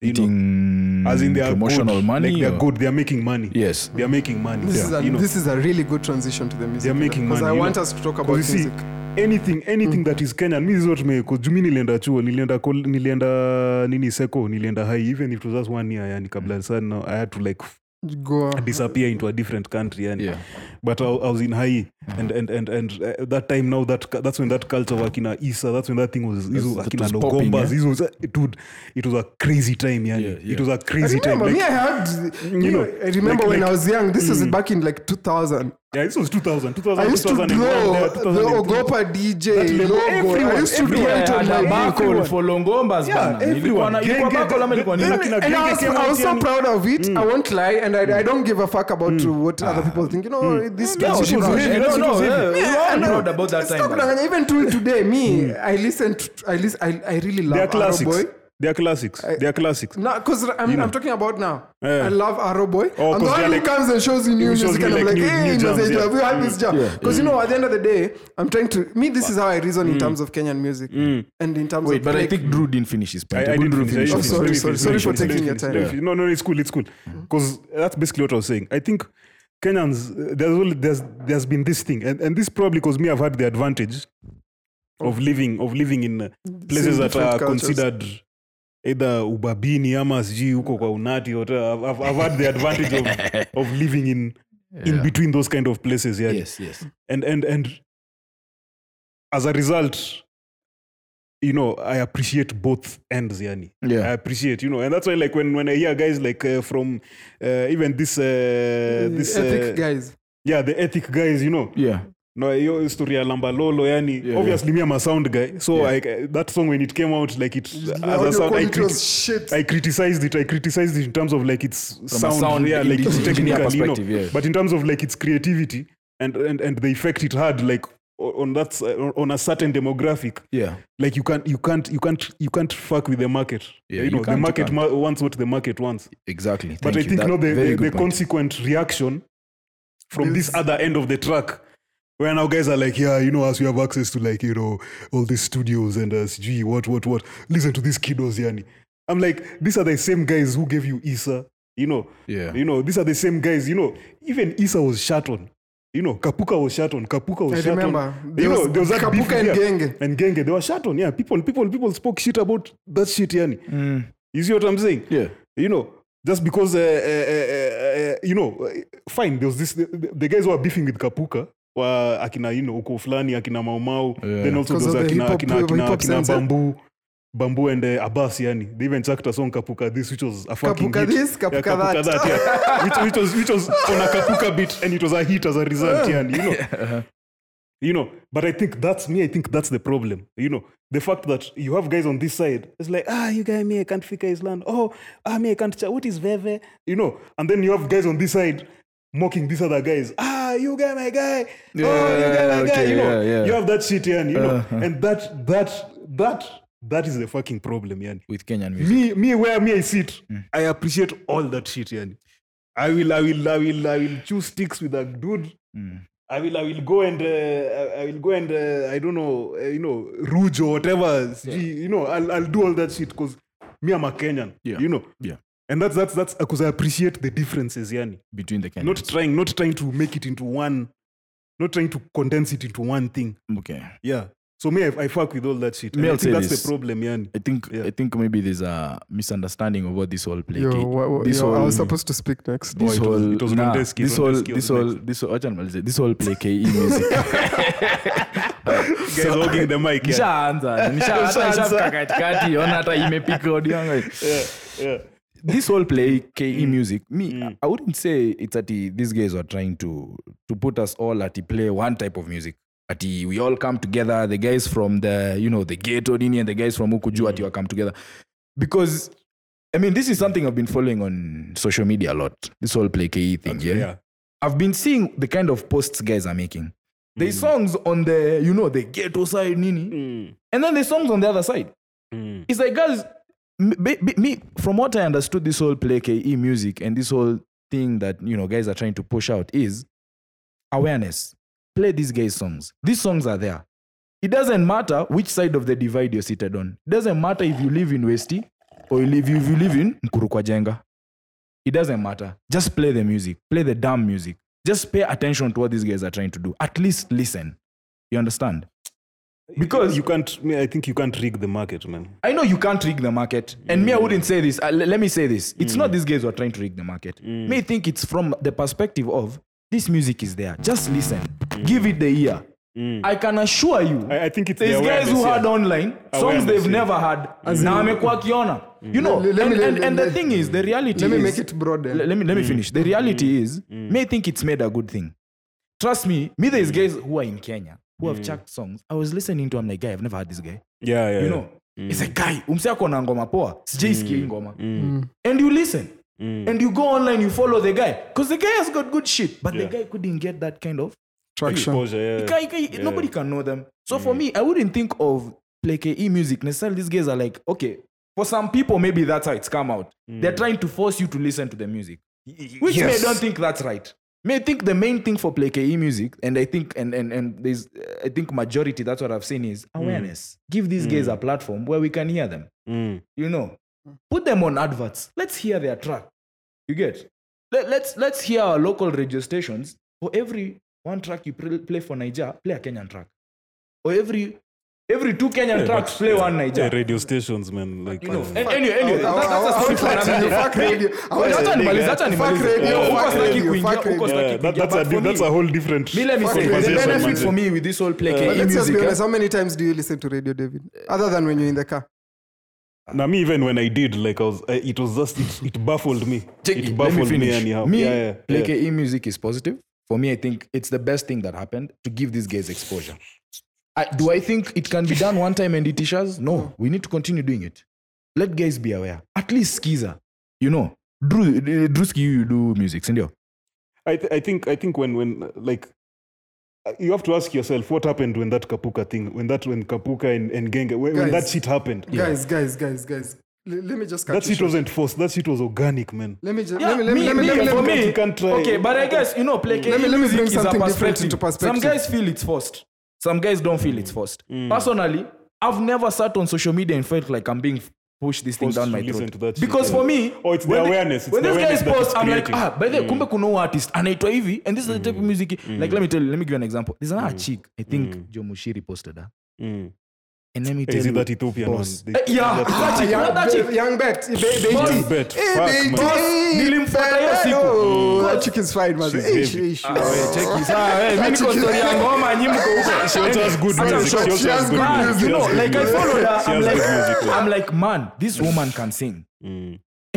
S3: You know,
S2: eating
S3: as in they are
S2: Mm, promotional
S3: good.
S2: money.
S3: Like they
S2: or-
S3: are good. They are making money.
S2: Yes.
S3: They are making money.
S1: this is a
S3: you know,
S1: this is a really good transition to the music.
S3: They are making
S1: because
S3: money,
S1: I
S3: you
S1: want
S3: know.
S1: us to talk about
S3: because you
S1: music.
S3: see, anything
S1: Mm.
S3: anything that is kenyan mi zotmeko jumi nilienda chuo nilienda kol- nilienda nini seko nilienda high even if it was just one year yani
S2: Mm.
S3: kabla sana i had to like f-
S1: Go.
S3: disappear into a different country yani
S2: Yeah. Mm.
S3: but I, I was in high and and and and uh, that time now that cu- that's when that culture wakina isa that's when that thing was hizo
S2: that
S3: akina
S2: was popping,
S3: logombas
S2: eh?
S3: hizo was- dude it was a crazy time yani
S2: Yeah,
S3: it
S2: yeah.
S3: was a crazy time
S1: remember,
S3: like,
S1: me, I had, you,
S3: know,
S1: know, I remember
S3: like-
S1: when
S3: like- hmm.
S1: I was young. This was back in like 2000.
S3: yeah this was 2000 2000
S1: I used to blow
S3: 2001, yeah,
S1: the
S3: 2003.
S1: Ogopa
S3: That
S1: DJ
S3: label,
S1: logo.
S3: everyone,
S1: I used to do
S3: everyone.
S1: it on
S3: Yeah,
S1: my
S3: Tabacco,
S1: everyone.
S2: for longombas
S3: Yeah,
S2: bana. Nilikuwa na-
S3: everyone.
S2: ilikuwa
S3: Genge-
S2: Baco ama ilikuwa ni-
S3: Then-
S1: And
S3: Akina
S1: I was,
S3: Genge came
S1: I
S3: out
S1: was so
S3: yani-
S1: proud of it.
S3: Hmm.
S1: I won't lie, and I, I don't give a fuck about what
S3: Ah.
S1: other people think. You know,
S3: Hmm.
S1: this
S2: Yeah,
S1: this
S2: it was
S1: is-
S2: heavy.
S3: it
S2: No,
S3: was
S2: no,
S3: heavy.
S2: yeah, we were all
S1: I know.
S2: proud about that time, Hmm.
S1: Stop
S2: bana.
S1: lying. Even till today, me, I listen. To, I listen. I, I really
S3: they are
S1: love Arrow
S3: classics
S1: Boy. Mm.
S3: they are classics they are classics
S1: No, because I'm, I'm talking about now.
S3: Yeah.
S1: I love Arrow Boy.
S3: Oh,
S1: I'm the
S3: 'cause
S1: one
S3: they're
S1: who
S3: like-
S1: comes and shows you new
S3: shows
S1: music,
S3: me
S1: and I'm
S3: like
S1: like,
S3: new-
S1: hey,
S3: new
S1: it was
S3: jams,
S1: a
S3: yeah.
S1: job. You had this job. Because you know, at the end of the day, I'm trying to. Me, this is how I reason
S3: Mm.
S1: in terms of Kenyan music and in terms
S2: Wait,
S1: of.
S2: but I
S1: like-
S2: think Drew didn't finish his point.
S3: I, I
S2: Drew
S3: didn't finish. I
S2: finished
S3: didn't
S1: Oh,
S2: his
S3: finish.
S1: sorry, sorry,
S3: Let me finish,
S1: sorry
S3: let me
S1: for
S3: finish, let me
S1: taking your
S3: finish,
S1: time. Mm.
S3: let me finish. No, no, it's cool. It's cool. Because that's basically what I was saying. I think Kenyans, uh, there's only, there's there's been this thing, and, and this probably because me I've had the advantage of living of living in uh, places
S1: Seeing
S3: that
S1: different
S3: are
S1: cultures.
S3: considered either ubabini ama sijui huko kwa unati or I've, I've, I've had the advantage of, of living in in between those kind of places yeah
S2: Yes, yes.
S3: and and and as a result you know i appreciate both ends yani
S2: Yeah.
S3: i appreciate you know and that's why like when when i hear guys like uh, from uh, even this uh, this
S1: ethic
S3: uh,
S1: guys.
S3: yeah the ethic guys you know
S2: Yeah.
S3: no hiyo story ya lambalolo yani
S2: Yeah,
S3: obviously me i'm a sound guy so
S2: Yeah.
S3: like, uh, that song when it came out like it as
S1: Audio
S3: a sound I,
S1: quality was
S3: criti-
S1: shit.
S3: I criticized it i criticized it in terms of like its
S2: a
S3: sound,
S2: sound
S3: yeah like its
S2: engineer
S3: technical you know
S2: perspective, yeah.
S3: but in terms of like its creativity and and, and the effect it had like o- on that s- on a certain demographic
S2: Yeah.
S3: like you can't you can't you can't you can't fuck with the market
S2: Yeah,
S3: you
S2: you
S3: know the
S2: can't, you
S3: market
S2: can't.
S3: ma- wants what the market wants
S2: Exactly.
S3: but
S2: Thank
S3: i
S2: you.
S3: think
S2: That-
S3: no the,
S2: very
S3: the,
S2: good
S3: the
S2: point.
S3: consequent reaction from this other end of the track where now guys are like yeah you know as we have access to like you know all these studios and uh, gee what what what listen to these kiddos yani i'm like these are the same guys who gave you isa you know
S2: Yeah.
S3: you know these are the same guys you know even isa was shut on you know kapuka was shut on kapuka was
S1: I
S3: shut
S1: remember.
S3: on
S1: There
S3: you know
S1: was
S3: there was that beef,
S1: Kapuka and
S3: yeah.
S1: Genge.
S3: and genge they were shut on yeah people people people spoke shit about that shit yani
S2: Mm.
S3: you see what i'm saying
S2: Yeah.
S3: you know just because uh, uh, uh, uh, you know uh, fine there was this the, the guys who were beefing with kapuka wa akina you know uko fulani akina maumau
S2: Yeah.
S3: then also
S1: Because
S3: those
S1: of the
S3: akina
S1: hip-hop-
S3: akina akina,
S1: hip-hop
S3: akina
S1: scenes, eh?
S3: bambu bambu and uh, abbas yani they even chucked a song kapuka this which was a fucking
S1: Kapuka
S3: hit.
S1: this,
S3: yeah,
S1: Kapuka
S3: kapuka
S1: that.
S3: that yeah. which, which was which was on a kapuka beat and it was a hit as a result yani you know
S2: Uh-huh.
S3: you know but i think that's me i think that's the problem you know the fact that you have guys on this side it's like ah you guy me i can't figure his land oh ah me i can't cha- what is veve you know and then you have guys on this side mocking these other guys ah you guy my guy oh you guy my
S2: Yeah,
S3: guy
S2: okay,
S3: you know
S2: yeah, yeah.
S3: you have that shit and you know
S2: Uh-huh.
S3: and that that that that is the fucking problem yani
S2: With Kenyan music.
S3: me me where me I sit,
S2: Mm.
S3: I appreciate all that shit, yani. I will, I will, I will, I will chew sticks with that dude.
S2: Mm.
S3: I will, I will go and, uh, I I will go and, uh, I don't know, uh, you know, Rouge or whatever. sijui, You know, I'll, I'll do all that shit because me, I'm a Kenyan.
S2: Yeah.
S3: You know.
S2: Yeah.
S3: And that's that's that's because I appreciate the differences, yani.
S2: Between the Kenyans.
S3: Not trying, not trying to make it into one, not trying to condense it into one thing.
S2: okay.
S3: Yeah. So me, I, I fuck with all that shit.
S2: Me,
S3: And I
S2: I'll
S3: think
S2: say
S3: that's
S2: this.
S3: the problem, yani.
S2: I think
S3: Yeah.
S2: I think maybe there's a misunderstanding of what this whole play.
S1: Yo,
S2: ki-
S1: what, what,
S2: this
S1: yo, I
S2: whole
S1: was supposed to speak next.
S2: this
S3: it was-
S2: whole
S3: it was
S2: nah,
S3: Mondesky,
S2: this whole
S3: Mondesky was
S2: this whole
S3: next.
S2: this whole acha nimalize, this whole play ke music.
S3: Guys hogging the mic. Yeah.
S2: Nishaanza, nisha- hata
S3: Ushaanza.
S2: nishafika katikati, ona hata imepika audio yangu.
S3: yeah.
S2: this whole play ke music me i wouldn't say it's at these guys are trying to to put us all at play one type of music at we all come together the guys from the you know the ghetto dini and the guys from ukuju mm. come together because i mean this is something i've been following on social media a lot this whole play ke thing yeah?
S3: yeah.
S2: I've been seeing the kind of posts guys are making. There's songs on the, you know, the ghetto side, nini, and then there's songs on the other side. It's like, guys, m- ba- ba- me, from what I understood, this whole play KE music and this whole thing that, you know, guys are trying to push out is awareness. Play these guys' songs. These songs are there. It doesn't matter which side of the divide you're seated on. It doesn't matter if you live in Westi or you live, if you live in Mkurukwajenga. It doesn't matter. Just play the music. Play the damn music. Just pay attention to what these guys are trying to do. At least listen. You understand? because
S3: you can't. I think you can't rig the market, man.
S2: I know you can't rig the market, and
S3: Mm.
S2: me, I wouldn't say this. Uh, le- let me say this: it's not these guys who are trying to rig the market.
S3: Mm.
S2: Me think it's from the perspective of this music is there. Just listen, give it the ear. I can assure you,
S3: Mm. I, I think it's
S2: these
S3: the
S2: guys who
S3: awareness,
S2: had
S3: yeah.
S2: online songs
S3: Awareness,
S2: they've
S3: yeah. Mm.
S2: never had. Now I'm a You know,
S1: Let- let
S2: and,
S1: me-
S2: and,
S1: let-
S2: and the
S1: let-
S2: thing is, the reality.
S1: Let me
S2: is-
S1: make it broader.
S2: Le- let me let
S3: Mm.
S2: me finish. The reality is, may think it's made a good thing. Trust me, me
S3: Mm.
S2: these guys who are in Kenya who have chucked songs. I was listening to him like, guy, I've never heard this guy.
S3: Yeah, yeah.
S2: You
S3: yeah.
S2: know, it's a
S3: Mm.
S2: guy. Umse ako na ngoma poa. Sijaisikia hii ngoma.
S1: Hmm.
S2: And you listen.
S3: Mm.
S2: And you go online, you follow the guy, because the guy has got good shit, but
S3: Yeah.
S2: the guy couldn't get that kind of.
S1: Traction.
S3: Exposure, yeah. Mm.
S2: Guy, guy, Nobody can know them. So for me, I wouldn't think of like e music necessarily. These guys are like, okay, for some people, maybe that's how it's come out. They're trying to force you to listen to the music which may
S3: Mm. Yes.
S2: I don't think that's right. May I think the main thing for play KE music, and I think and and and there's uh, I think majority that's what I've seen is awareness. Give these guys a platform where we can hear them.
S3: Mm.
S2: You know, put them on adverts. Let's hear their track. You get. Let, let's let's hear our local radio stations. For every one track you pl- play for Niger, play a Kenyan track. Or every every two Kenyan tracks, play one Niger.
S3: Yeah, radio stations, man. Like,
S2: You know,
S3: uh,
S2: and anyway, anyway,
S1: I- I-
S2: that- that's
S1: I-
S2: a
S1: I-
S2: story for
S1: I- I-
S2: another day.
S1: Oh, fuck radio. I- I-
S2: Acha nimalize,
S3: nigga.
S2: acha nimalize.
S1: Fuck radio,
S2: Huko
S1: fuck
S2: staki
S1: radio,
S2: kuingia,
S1: fuck
S2: huko
S1: radio.
S2: staki
S3: yeah, that,
S2: kuingia,
S3: that's, a,
S2: but for
S3: di- that's
S2: me-
S3: a whole different.
S2: me let me say
S1: radio,
S2: the
S1: man.
S2: benefit for me with this whole play
S1: But
S2: KE
S1: let's just
S2: music
S1: be
S2: eh,
S1: honest. How many times do you listen to radio, David? Other than when you're in the car.
S3: Now, me, even when I did, like, I was, I, it was just, it, it baffled me.
S2: Check
S3: it
S2: it. Let me
S3: baffled me
S2: finish.
S3: anyhow.
S2: Me,
S3: yeah, yeah,
S2: play
S3: yeah.
S2: KE music is positive. For me, I think it's the best thing that happened to give these guys exposure. I, do I think it can be done one time and it issues? No, we need to continue doing it. Let guys be aware. At least Skiza, you know, Drew, Drewski, you do music, Sindio.
S3: I, th- I think I think when when uh, like uh, you have to ask yourself what happened when that Kapuka thing when that when Kapuka and, and Genge when, when that
S1: Guys.
S3: shit happened
S1: Guys, guys, guys, guys. L- let me just cut
S3: that
S1: you
S3: shit
S1: short.
S3: wasn't forced that shit was organic man
S1: Let me just
S2: Yeah,
S1: let me let me
S2: me,
S1: let me
S2: me,
S1: let me-
S2: for
S1: let me
S2: me,
S3: you can try-
S2: Okay, but I guess you know, play
S1: Let me- let me
S2: music
S1: bring
S2: is
S1: something
S2: a
S1: different
S2: perspective.
S1: into perspective.
S2: Some guys feel it's forced. Some guys don't feel it's forced.
S3: Hmm.
S2: Personally, I've never sat on social media and felt like I'm being pushed this thing
S3: Forced
S2: down
S3: to
S2: my
S3: listen to
S2: throat.
S3: that
S2: Because
S3: shit,
S2: for
S3: yeah.
S2: me,
S3: Oh, it's the
S2: when
S3: awareness, it's
S2: when
S3: the
S2: this
S3: awareness
S2: guy's
S3: that
S2: post,
S3: it's
S2: I'm like,
S3: creating. Hmm.
S2: ah, by the way, kumbe kuno artist anaitwa hivi, and this is the type of music. Like, let me tell you, let me give you an example. There's another
S3: Hmm.
S2: chick I think Joe Mushiri posted her, and let me Mm. tell
S3: is
S2: you,
S3: it that Ethiopian one
S2: boss.
S3: They-
S2: Eh, yeah,
S3: that-
S2: that chick,
S1: young,
S2: that chick.
S1: bet- young bet. Be- Beiji.
S2: Boss.
S3: Young bet.
S1: Eh,
S3: Fuck,
S1: Beiji.
S3: man.
S2: Boss, nilimfuata hiyo
S1: Beiji.
S2: siku.
S1: Oh,
S2: Mm.
S1: that chick is fine, man.
S3: She's
S1: Ish,
S3: heavy.
S1: ish.
S2: Ah, we, check this. Ah, we, mi niko story ya ngoma nyimbo huko.
S3: she also has good
S2: Acha
S3: music
S2: mshot.
S3: she also has good
S1: Ah,
S2: Man,
S3: music
S2: you
S3: She
S2: know,
S3: has good
S2: like I
S3: music.
S2: followed her.
S3: She
S2: I'm
S3: has
S2: like,
S3: good music, yeah. Mm.
S2: I'm like, man, this woman can sing.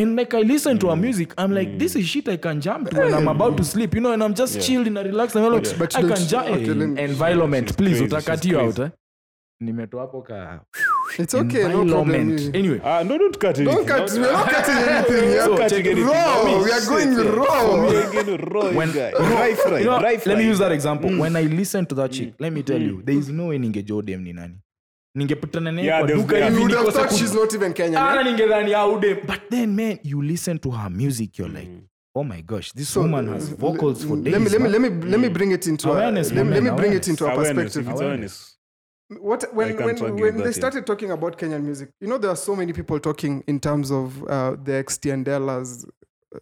S2: And like I listen to her music, I'm like, this is shit I can jump to when I'm about to sleep, you know, and I'm just chilled in a relaxed environment.
S1: But- but
S2: I
S1: don't-
S2: can jump
S1: okay, let me-
S2: environment.
S3: She's
S2: Please,
S3: crazy,
S2: utakati
S3: she's
S2: you out.
S3: crazy.
S2: eh. Nimetoa hapo ka
S1: It's okay, no problem.
S2: environment. Anyway,
S3: Ah, no don't cut it
S1: Don't cut. We're not cutting anything here.
S2: So,
S3: cutting anything. I
S1: Raw.
S3: mean,
S1: We are
S3: shit,
S1: going
S3: yeah.
S1: raw.
S2: when
S3: Dry fry,
S2: You know,
S3: dry
S2: let
S3: fry.
S2: me use that example
S3: Mm.
S2: when i listen to that chick let me tell you there is no way ningeja huyu dem ni nani ningepitana naye
S3: Yeah,
S2: kwa
S3: there's-
S2: duka
S3: yeah.
S2: hivi
S1: You would have
S2: nikose
S1: thought
S2: ku-
S1: she's not even Kenyan.
S2: Hata
S1: eh?
S2: Ah, ningedhani au dem but then man you listen to her music you're like oh my gosh this woman has vocals for days
S1: mm, Let me let me
S2: man."
S1: let me let me bring it into a, let,
S2: Awareness,
S1: me- let me
S2: man,
S1: bring it
S2: awareness.
S1: into a
S3: awareness
S1: perspective.
S3: if it's awareness
S1: What when
S3: I can't
S1: when,
S3: argue
S1: when
S3: with
S1: they
S3: that, yeah.
S1: started talking about Kenyan music, you know there are so many people talking in terms of uh, the extiendelas.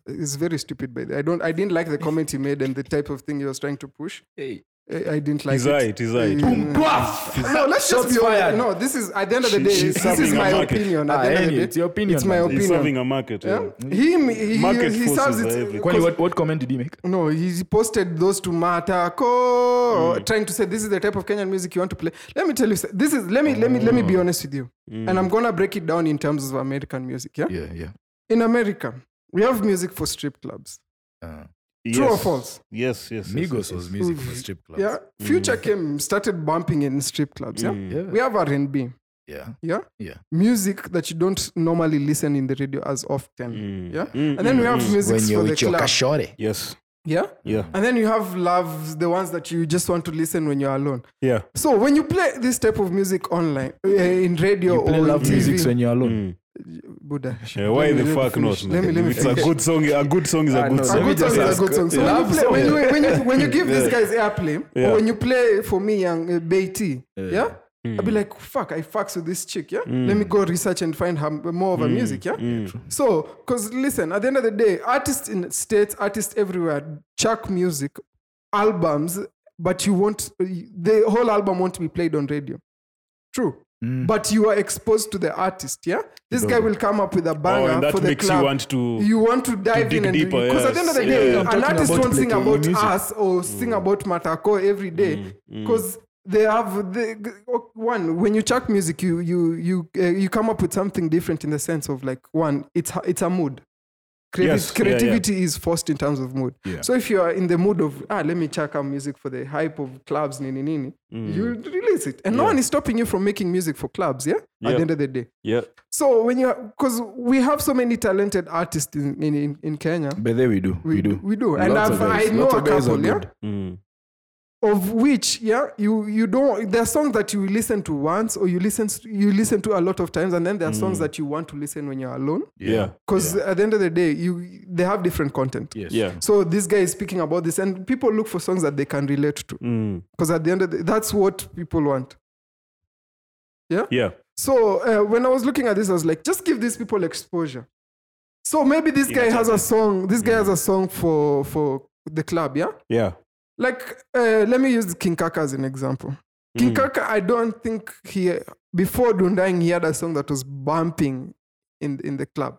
S1: It's uh, very stupid, by the I don't I didn't like the comment he made and the type of thing he was trying to push.
S2: Hey.
S1: I, I didn't like
S3: he's
S1: it.
S3: right he's right
S1: Mm.
S2: Boom, pwaf!
S1: No, let's just
S2: Shots
S1: be honest.
S2: fired.
S1: No, this is at the end of the
S3: She-
S1: day.
S3: she's
S1: this is
S3: serving a
S1: my
S3: market.
S1: opinion. At
S2: Ah,
S1: the end of
S2: hey,
S1: the day,
S2: it's your opinion,
S1: It's my
S2: man.
S3: he's serving
S1: opinion.
S3: a market
S1: Yeah?
S3: yeah.
S1: Him, he,
S3: Market
S1: he
S3: forces
S1: serves
S3: are
S1: it.
S3: everything.
S2: Kwani what, what comment did he make
S1: No, he posted those to Matako,
S2: Hmm.
S1: trying to say this is the type of Kenyan music you want to play. Let me tell you, this is let me let me let me be
S2: Oh.
S1: honest with you, and
S3: Mm.
S1: I'm gonna break it down in terms of American music. Yeah,
S2: yeah yeah
S1: in America, we have music for strip clubs.
S2: uh,
S1: True or
S3: Yes.
S1: false?
S3: yes yes yes, yes,
S2: migos
S3: yes.
S2: was music for strip clubs Hmm.
S1: Yeah, Future came started bumping in strip clubs. Yeah,
S3: Mm.
S2: yeah
S1: we have R&B.
S2: yeah
S1: Yeah,
S2: yeah
S1: music that you don't normally listen in the radio as often. Yeah, and then we have music
S2: Hmm. when
S1: for
S2: you're
S1: the
S2: with your
S1: club.
S2: kashore
S3: Mm. yes
S1: Yeah,
S3: yeah
S1: and then you have loves, the ones that you just want to listen when you're alone.
S3: yeah
S1: So when you play this type of music online, uh, in radio
S2: you play
S1: or
S2: love
S1: in TV,
S2: music when you're alone
S1: Buddha.
S3: Mm. Yeah, Eh, why
S1: let me-
S3: the
S1: let me
S3: fuck
S1: finish.
S3: not?
S1: Let me let me
S3: It's a
S1: finish.
S3: good song. A good song is a
S2: Ah,
S3: good
S2: no,
S1: A
S2: let me
S3: song.
S1: good
S2: just
S1: song is
S2: ask,
S1: a good song. So when you
S2: love
S1: play, when you when you when you give these
S3: Yeah.
S1: guys airplay,
S3: Yeah.
S1: or when you play for me young uh, Beatty, yeah.
S2: Yeah.
S3: Mm.
S1: I'll be like, fuck, I fucks with this chick, yeah. Let me go research and find her more
S3: Mm.
S1: of her music, yeah. So, cause listen, at the end of the day, artists in states, artists everywhere, chuck music, albums, but you won't. The whole album won't be played on radio. True.
S2: Hmm.
S1: But you are exposed to the artist, yeah? This guy will come up with a
S3: Oh,
S1: banger
S3: and that
S1: ah, for the
S3: makes
S1: club.
S3: you want to.
S1: you want to dive
S3: dig
S1: in and
S3: deeper,
S1: because at the end of the
S3: yes.
S1: day,
S3: Yeah. Mm.
S1: an
S2: Talking
S1: artist
S2: about
S1: won't sing
S2: making
S1: about
S2: music.
S1: us or sing about Matako every day because they have the one when you chuck music, you you you uh, you come up with something different in the sense of like one, it's a- it's a mood. Creati-
S3: Yes, yeah, yeah.
S1: creativity is forced in terms of mood.
S2: Yeah.
S1: So if you are in the mood of ah, let me check out music for the hype of clubs, nini nini, you release it, and no
S3: Mm. Yeah.
S1: one is stopping you from making music for clubs. Yeah, at
S3: Yeah.
S1: the end of the day.
S3: Yeah.
S1: So when you because we have so many talented artists in in, in, in Kenya.
S2: But there we do. We, do.
S1: We do. And
S2: Lots
S1: I've,
S2: of
S1: I
S2: guys.
S1: know
S2: Lots
S1: a
S2: of guys are
S1: couple, yeah.
S2: good.
S1: Of which, yeah, you you don't there are songs that you listen to once or you listen you listen to a lot of times, and then there are
S2: Mm.
S1: songs that you want to listen when you're alone.
S3: Yeah.
S1: Because at the end of the day, you they have different content.
S2: Yes.
S3: Yeah.
S1: So this guy is speaking about this, and people look for songs that they can relate to.
S3: Mm.
S1: Because at the end of the, that's what people want.
S3: Yeah.
S1: So uh, when I was looking at this, I was like, just give these people exposure. So maybe this guy has a song. This guy has
S3: Mm.
S1: a song for for the club, yeah.
S3: Yeah.
S1: Like, uh, let me use King Kaka as an example.
S2: Mm.
S3: Mm.
S1: King Kaka, I don't think he before Dundying he had a song that was bumping in in the club.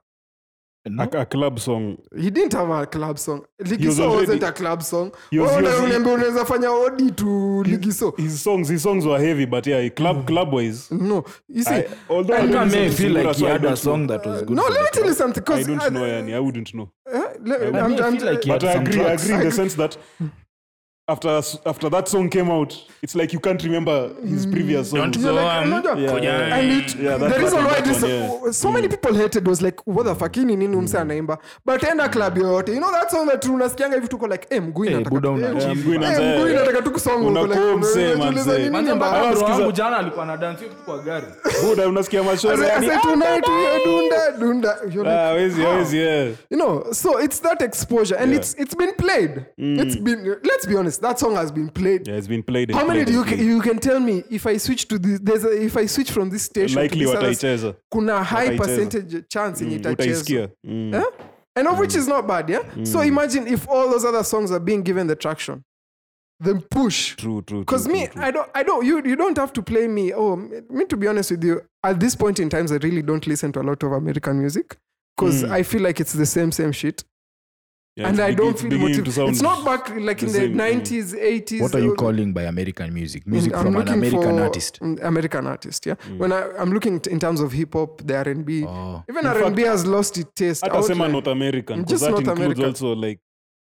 S2: No?
S3: A, a club song.
S1: He didn't have a club song.
S3: was
S1: Ligiso
S3: already-
S1: wasn't a club song.
S3: He was-
S1: Oh,
S3: he
S1: na
S3: was-
S1: uniambia unaweza fanya odi to Ligiso.
S3: His songs, his songs were heavy, but yeah, club club wise.
S1: No, you see.
S3: I, although
S2: I
S3: I don't listen
S2: may
S3: to
S2: feel
S3: Sungura,
S2: like he
S3: so I
S2: had a
S3: don't
S2: song
S3: know.
S2: that was good.
S1: no,
S2: for
S1: let me
S2: the
S1: tell you something.
S3: I
S1: Cause
S3: don't
S1: I-
S3: know, yani. I wouldn't know.
S1: eh, let-
S2: I
S1: I'm-
S2: mean, I
S1: I'm-
S2: feel like he
S3: But I
S2: some
S3: agree, I
S2: tracks.
S3: agree in the sense that after after that song came out, it's like you can't remember his previous songs.
S1: Yeah, like, unajua,
S3: yeah,
S1: Mm. and it,
S3: yeah,
S1: the
S3: that's
S1: reason
S3: what
S1: why
S3: I'm
S1: this,
S3: talking about, yeah.
S1: so many people hated was like what the fuck ini nini umse anaimba but enda club yoyote you know that song that unasikianga hivi tuko like eh mguu inataka
S2: buda
S1: eh,
S2: unachieve.
S1: eh,
S3: Mguu inataka,
S1: mguu
S3: eh.
S1: inataka tu kusonga uko like,
S3: Unakuwa mzee,
S1: unajiuliza
S3: manzee.
S1: nini
S2: Kwanza
S1: mbaya?
S2: mpaka bro
S3: Alaskiza-
S2: wangu jana alikuwa anadansi kitu kwa gari.
S3: Buda, unasikia mashoro
S1: Ase-
S3: yani.
S1: ase tonight we are dunda dunda You're like,
S3: Ah, hawezi, hawezi, yeah.
S1: you know so it's that exposure and it's it's been played
S3: Mm.
S1: it's been let's be honest that song has been played
S3: Yeah, it's been played.
S1: How
S3: and
S1: many
S3: played
S1: do you,
S3: and played.
S1: you can tell me if I switch to this there's a, if I switch from this station to
S3: Likely
S1: this other,
S3: wataicheza.
S1: kuna high
S3: Wataicheza.
S1: percentage chance yenye itachezwa
S3: Mm, Utaisikia. Mm.
S1: Eh? and of which is not bad yeah so imagine if all those other songs are being given the traction then push
S3: True, true.
S1: because
S3: true,
S1: me
S3: true, true.
S1: I don't I don't you you don't have to play me oh m- me to be honest with you at this point in times I really don't listen to a lot of American music because I feel like it's the same same shit
S3: Mm. Yeah,
S1: and
S3: it's
S1: I
S3: begin-
S1: don't
S3: it's
S1: feel
S3: beginning to
S1: motivated
S3: sound-
S1: it's not back like
S3: the
S1: in the
S3: same, mm.
S1: 90s 80s
S2: What are you
S1: uh,
S2: calling by American music? Music
S1: I'm
S2: from an
S1: looking
S2: American
S1: for
S2: artist. Mm.
S1: an American artist, yeah. When I, I'm looking t- in terms of hip hop, the R&B,
S2: Oh.
S1: even R&B has lost its taste.
S3: hata sema
S1: outright.
S3: north american 'cause
S1: Just
S3: that
S1: North
S3: includes
S1: America.
S3: also like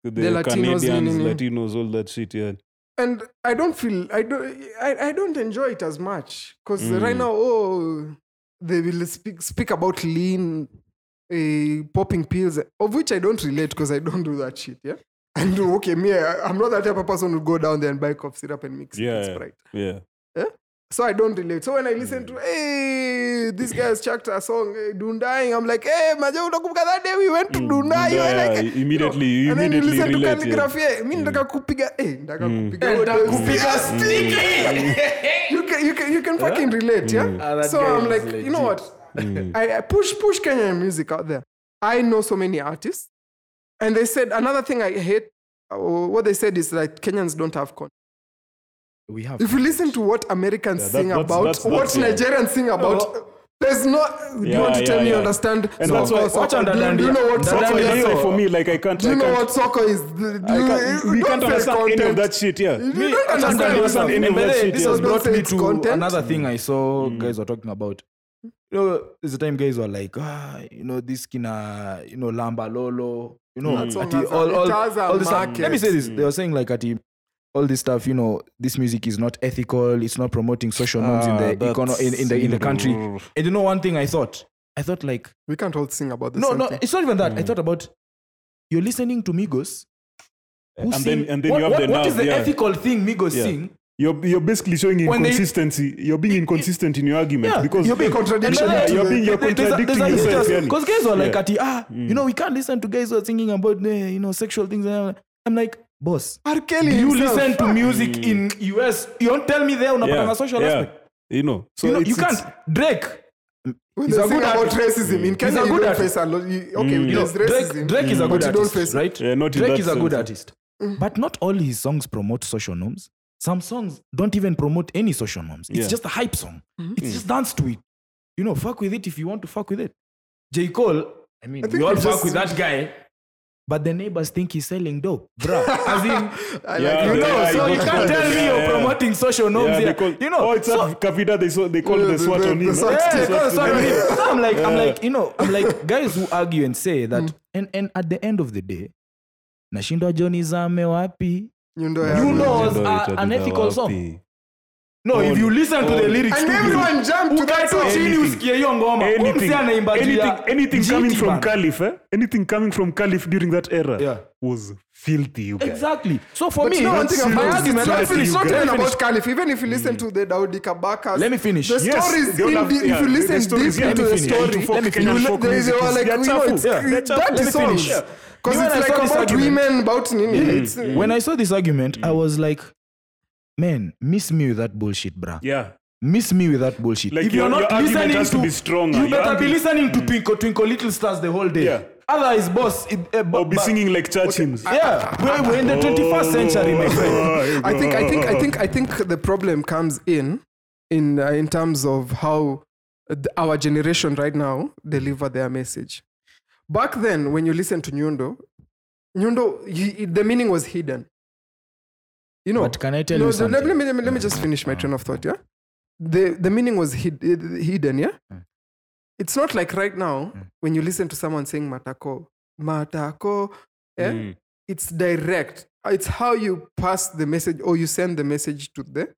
S3: the,
S1: Latinos,
S3: canadians
S1: nini, nini.
S3: latinos all that shit yeah
S1: And I don't feel I don't I, I don't enjoy it as much because
S2: Mm.
S1: right now, oh, they will speak speak about lean, uh, popping pills, of which I don't relate because I don't do that shit, yeah. And okay, me, I, I'm not that type of person who go down there and buy cough syrup and mix it
S3: Yeah,
S1: with
S3: yeah.
S1: Sprite.
S3: yeah
S1: So I don't relate. So when I listen to, hey, this guy's chucked a song, hey, Dundying, I'm like, hey, Maja, utakumbuka that day we went to Dundai.
S3: Dundai,
S1: You're like,
S3: Mm, yeah,
S1: eh,
S3: immediately- you
S1: and then you
S3: immediately
S1: listen to
S3: relate, Mm.
S1: calligraphy, eh, mi nataka kupiga, eh, nataka kupiga. Mm. You can, you can, you can fucking
S3: Mm,
S1: relate, yeah?
S2: Ah, that
S1: so
S2: guy
S1: I'm
S2: is
S1: like, you know what? I, I push, push Kenyan music out there. I know so many artists. And they said, another thing I hate, uh, what they said is that Kenyans don't have content.
S2: We have.
S1: If you listen to what Americans
S3: Yeah, that-
S1: sing
S3: that's-
S1: about,
S3: that's-
S1: what
S3: that's- yeah.
S1: Nigerians sing about, there's no. Do you
S3: Yeah,
S1: want to tell
S3: yeah,
S1: me you
S3: yeah.
S1: understand?
S3: And that's why-
S1: soccer?
S2: watch under
S1: do, you- do you
S2: Dandia.
S1: know what
S2: That's
S1: soccer
S2: why
S3: that's
S1: is?
S3: why
S2: yeah.
S3: for me like i can't
S1: Do you
S3: I
S1: know
S3: can't-
S1: what soccer is? Do, do
S3: I
S1: you,
S3: can't, we
S1: don't
S3: can't
S1: fake
S3: understand
S1: content.
S3: any of that shit yeah
S1: You don't
S2: I
S1: understand,
S2: can't understand
S1: yourself.
S3: any of
S2: And by
S3: that
S2: the way,
S3: shit,
S2: This
S3: yeah.
S2: has brought me
S1: Nonsense
S2: to
S1: content.
S2: another thing I saw
S3: Mm.
S2: guys were talking about. You know, there's a time guys were like, ah, you know, this kina, you know, Lamba Lolo, you
S3: Mm.
S2: know,
S1: That song
S2: ati
S1: has a-
S2: all,
S1: it
S2: all,
S1: has a
S2: all this stuff.
S1: market.
S2: Let me say this. They were saying like, ati, all this stuff, you know, this music is not ethical. It's not promoting social norms
S3: Ah,
S2: in the econo- in, in the in the country. And you know, one thing I thought, I thought like,
S1: We can't all sing about this.
S2: no, no, it's not even that.
S3: Mm.
S2: I thought about you're listening to Migos. who
S3: And then- and then
S2: what,
S3: you have
S2: what-
S3: the
S2: what is
S3: nerve,
S2: the
S3: yeah.
S2: ethical thing Migos
S3: Yeah.
S2: sing?
S3: you're, you're basically showing
S2: When they-
S3: inconsistency you're being inconsistent in your argument
S2: Yeah,
S3: because
S2: you're being
S1: contradiction
S3: yeah,
S1: to
S3: you're
S1: the-
S3: being you're contradicting yourself yani.
S2: Because guys were like,
S3: Yeah. Mm.
S2: ati, ah, you know, we can't listen to guys who are singing about, eh, you know, sexual things. and I'm like, boss,
S1: R. Kelly
S2: do you
S1: himself.
S2: listen to music in US? You don't tell me there unapatanga
S3: yeah,
S2: social
S3: yeah.
S2: aspect.
S3: you know so
S2: you know,
S3: it's,
S2: you
S3: it's-
S2: can't. Drake,
S1: When
S2: he's
S1: they
S2: a
S1: sing
S2: good
S1: about
S2: artist.
S1: racism in Kenya,
S2: a
S1: you
S2: good
S1: don't
S2: artist.
S1: face a lot. you- Okay,
S2: you know,
S1: there's racism, Mm.
S2: Drake, Drake
S3: Mm.
S2: is a
S1: but
S2: good
S1: you don't
S2: artist,
S1: face it.
S2: right?
S3: Yeah, Eh, not in
S2: Drake
S3: that
S2: is a good
S3: sense.
S2: artist, but not all his songs promote social norms. Some songs don't even promote any social norms. It's
S4: Yeah.
S2: just a hype song.
S1: Mhm.
S2: It's just dance to it. You know, fuck with it if you want to fuck with it. J. Cole, I mean,
S1: I
S2: we
S1: think
S2: all
S1: we
S2: fuck
S1: just-
S2: with that guy. But the neighbors think he's selling dope, bruh. As
S1: I
S2: in,
S4: Yeah,
S1: like,
S2: you
S1: you
S2: know,
S1: know,
S4: yeah,
S2: so
S4: I
S2: you
S4: got
S2: can't
S4: it.
S2: tell me
S4: Yeah,
S2: you're
S4: yeah.
S2: promoting social norms
S4: Yeah,
S2: here.
S4: they call,
S2: you know,
S4: oh, it's
S2: so-
S4: at Kavita. They, saw, they called
S1: Yeah,
S4: the
S1: the-
S4: SWAT
S1: the-
S4: on him.
S1: the
S3: eh?
S1: SWAT
S2: Yeah,
S1: team.
S2: they call
S1: Yeah.
S2: us all on him. So I'm like, I'm like, you know, I'm like guys who argue and say that, and and at the end of the day, nashindwa John Izame wapi?
S1: you know,
S2: You
S1: yeah.
S2: know- was
S4: Ndio
S2: a-
S4: itaduda
S2: an ethical
S4: wapi.
S2: song. No, if you listen to the lyrics,
S1: and everyone jumped to
S2: ukae
S1: that
S2: tu
S1: song.
S2: chini usikie hiyo ngoma. Huyu
S3: anything,
S2: mzee anaimbalia
S3: anything, anything coming
S2: GT
S3: from
S2: band.
S3: Caliph, eh? anything coming from Caliph during that era
S2: Yeah.
S3: was filthy, you guys.
S2: Exactly. So for
S1: But
S2: me,
S1: you know, one thing
S2: my
S1: about
S2: argument,
S1: it's not
S2: let me finish.
S1: it's not
S2: Let me
S1: even
S2: finish. Mm.
S1: about Caliph. Even if you listen to the Daudi Kabakas,
S2: Let me finish.
S1: The
S3: Yes,
S1: stories,
S3: they all
S1: in
S3: have-
S1: the, if
S3: yeah,
S1: you
S3: the
S1: listen
S3: stories,
S1: deep
S3: yeah,
S1: into
S2: let me
S1: the
S2: finish.
S1: story,
S2: Yeah, let me
S1: you
S2: finish.
S1: li- they they were like,
S3: Yeah,
S1: you know,
S3: chafu.
S1: it's
S3: Yeah,
S1: yeah.
S3: yeah, chafu.
S1: dirty
S2: Let me finish.
S1: songs.
S2: Yeah.
S1: Because
S2: You know,
S1: it's
S2: I
S1: like
S2: saw this
S1: about
S2: argument.
S1: women, about nini.
S2: Mm.
S1: It's, mm.
S2: When I saw this argument, I was like, man, miss me with that bullshit, bruh.
S3: Yeah.
S2: miss me with that bullshit.
S3: Like
S2: if you're not
S3: your- your argument
S2: listening
S3: has to be stronger.
S2: you
S3: Your
S2: better be
S3: argument- Mm.
S2: listening to Twinkle Twinkle Little Stars the whole day.
S3: Yeah.
S2: Otherwise, boss, it, uh,
S3: Or be singing Oh. like church hymns.
S2: Yeah, we're, we're in the 21st century, my friend.
S1: I think I
S2: Mm.
S1: think I think I think the problem comes in in uh, in terms of how th- our generation right now deliver their message. Back then, when you listen to Nyundo, Nyundo, he, the meaning was hidden. You know.
S2: But can I tell
S1: no,
S2: you
S1: the- let,
S2: something?
S1: me, let, me, let me just finish my train of thought. Yeah, the the meaning was hid, hidden. Yeah,
S2: Mm.
S1: it's not like right now when you listen to someone saying matako, matako. Yeah,
S2: Mm.
S3: Mm.
S1: it's direct. It's how you pass the message or you send the message to the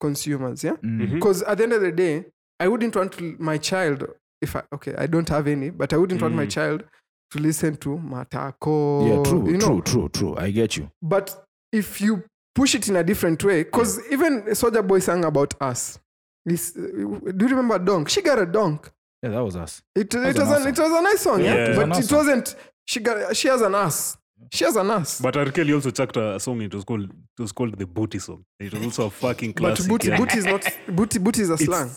S1: consumers. Yeah.
S2: Mm.
S1: Because at the end of the day, I wouldn't want l- my child, if I, okay, I don't have any, but I wouldn't want my child to listen to Matako.
S2: Mm. Yeah, true,
S1: Oh, You know,
S2: true, true, true. I get you.
S1: but if you push it in a different way, because even Soldier Boy sang about us. This, uh, do you remember Donk? She got a donk.
S2: Yeah, that was us.
S1: It, it, was,
S2: was a nice
S1: an, it was a nice song, yeah.
S3: Yeah. It was a
S1: But
S2: nice
S1: it
S2: song.
S1: wasn't. She got. She has an ass. She has an ass.
S3: But R. Kelly also chucked a song. It was called it was called the booty song. It was also a fucking
S1: But
S3: classic.
S1: booty,
S3: yeah.
S1: booty is not booty. Booty is a slang.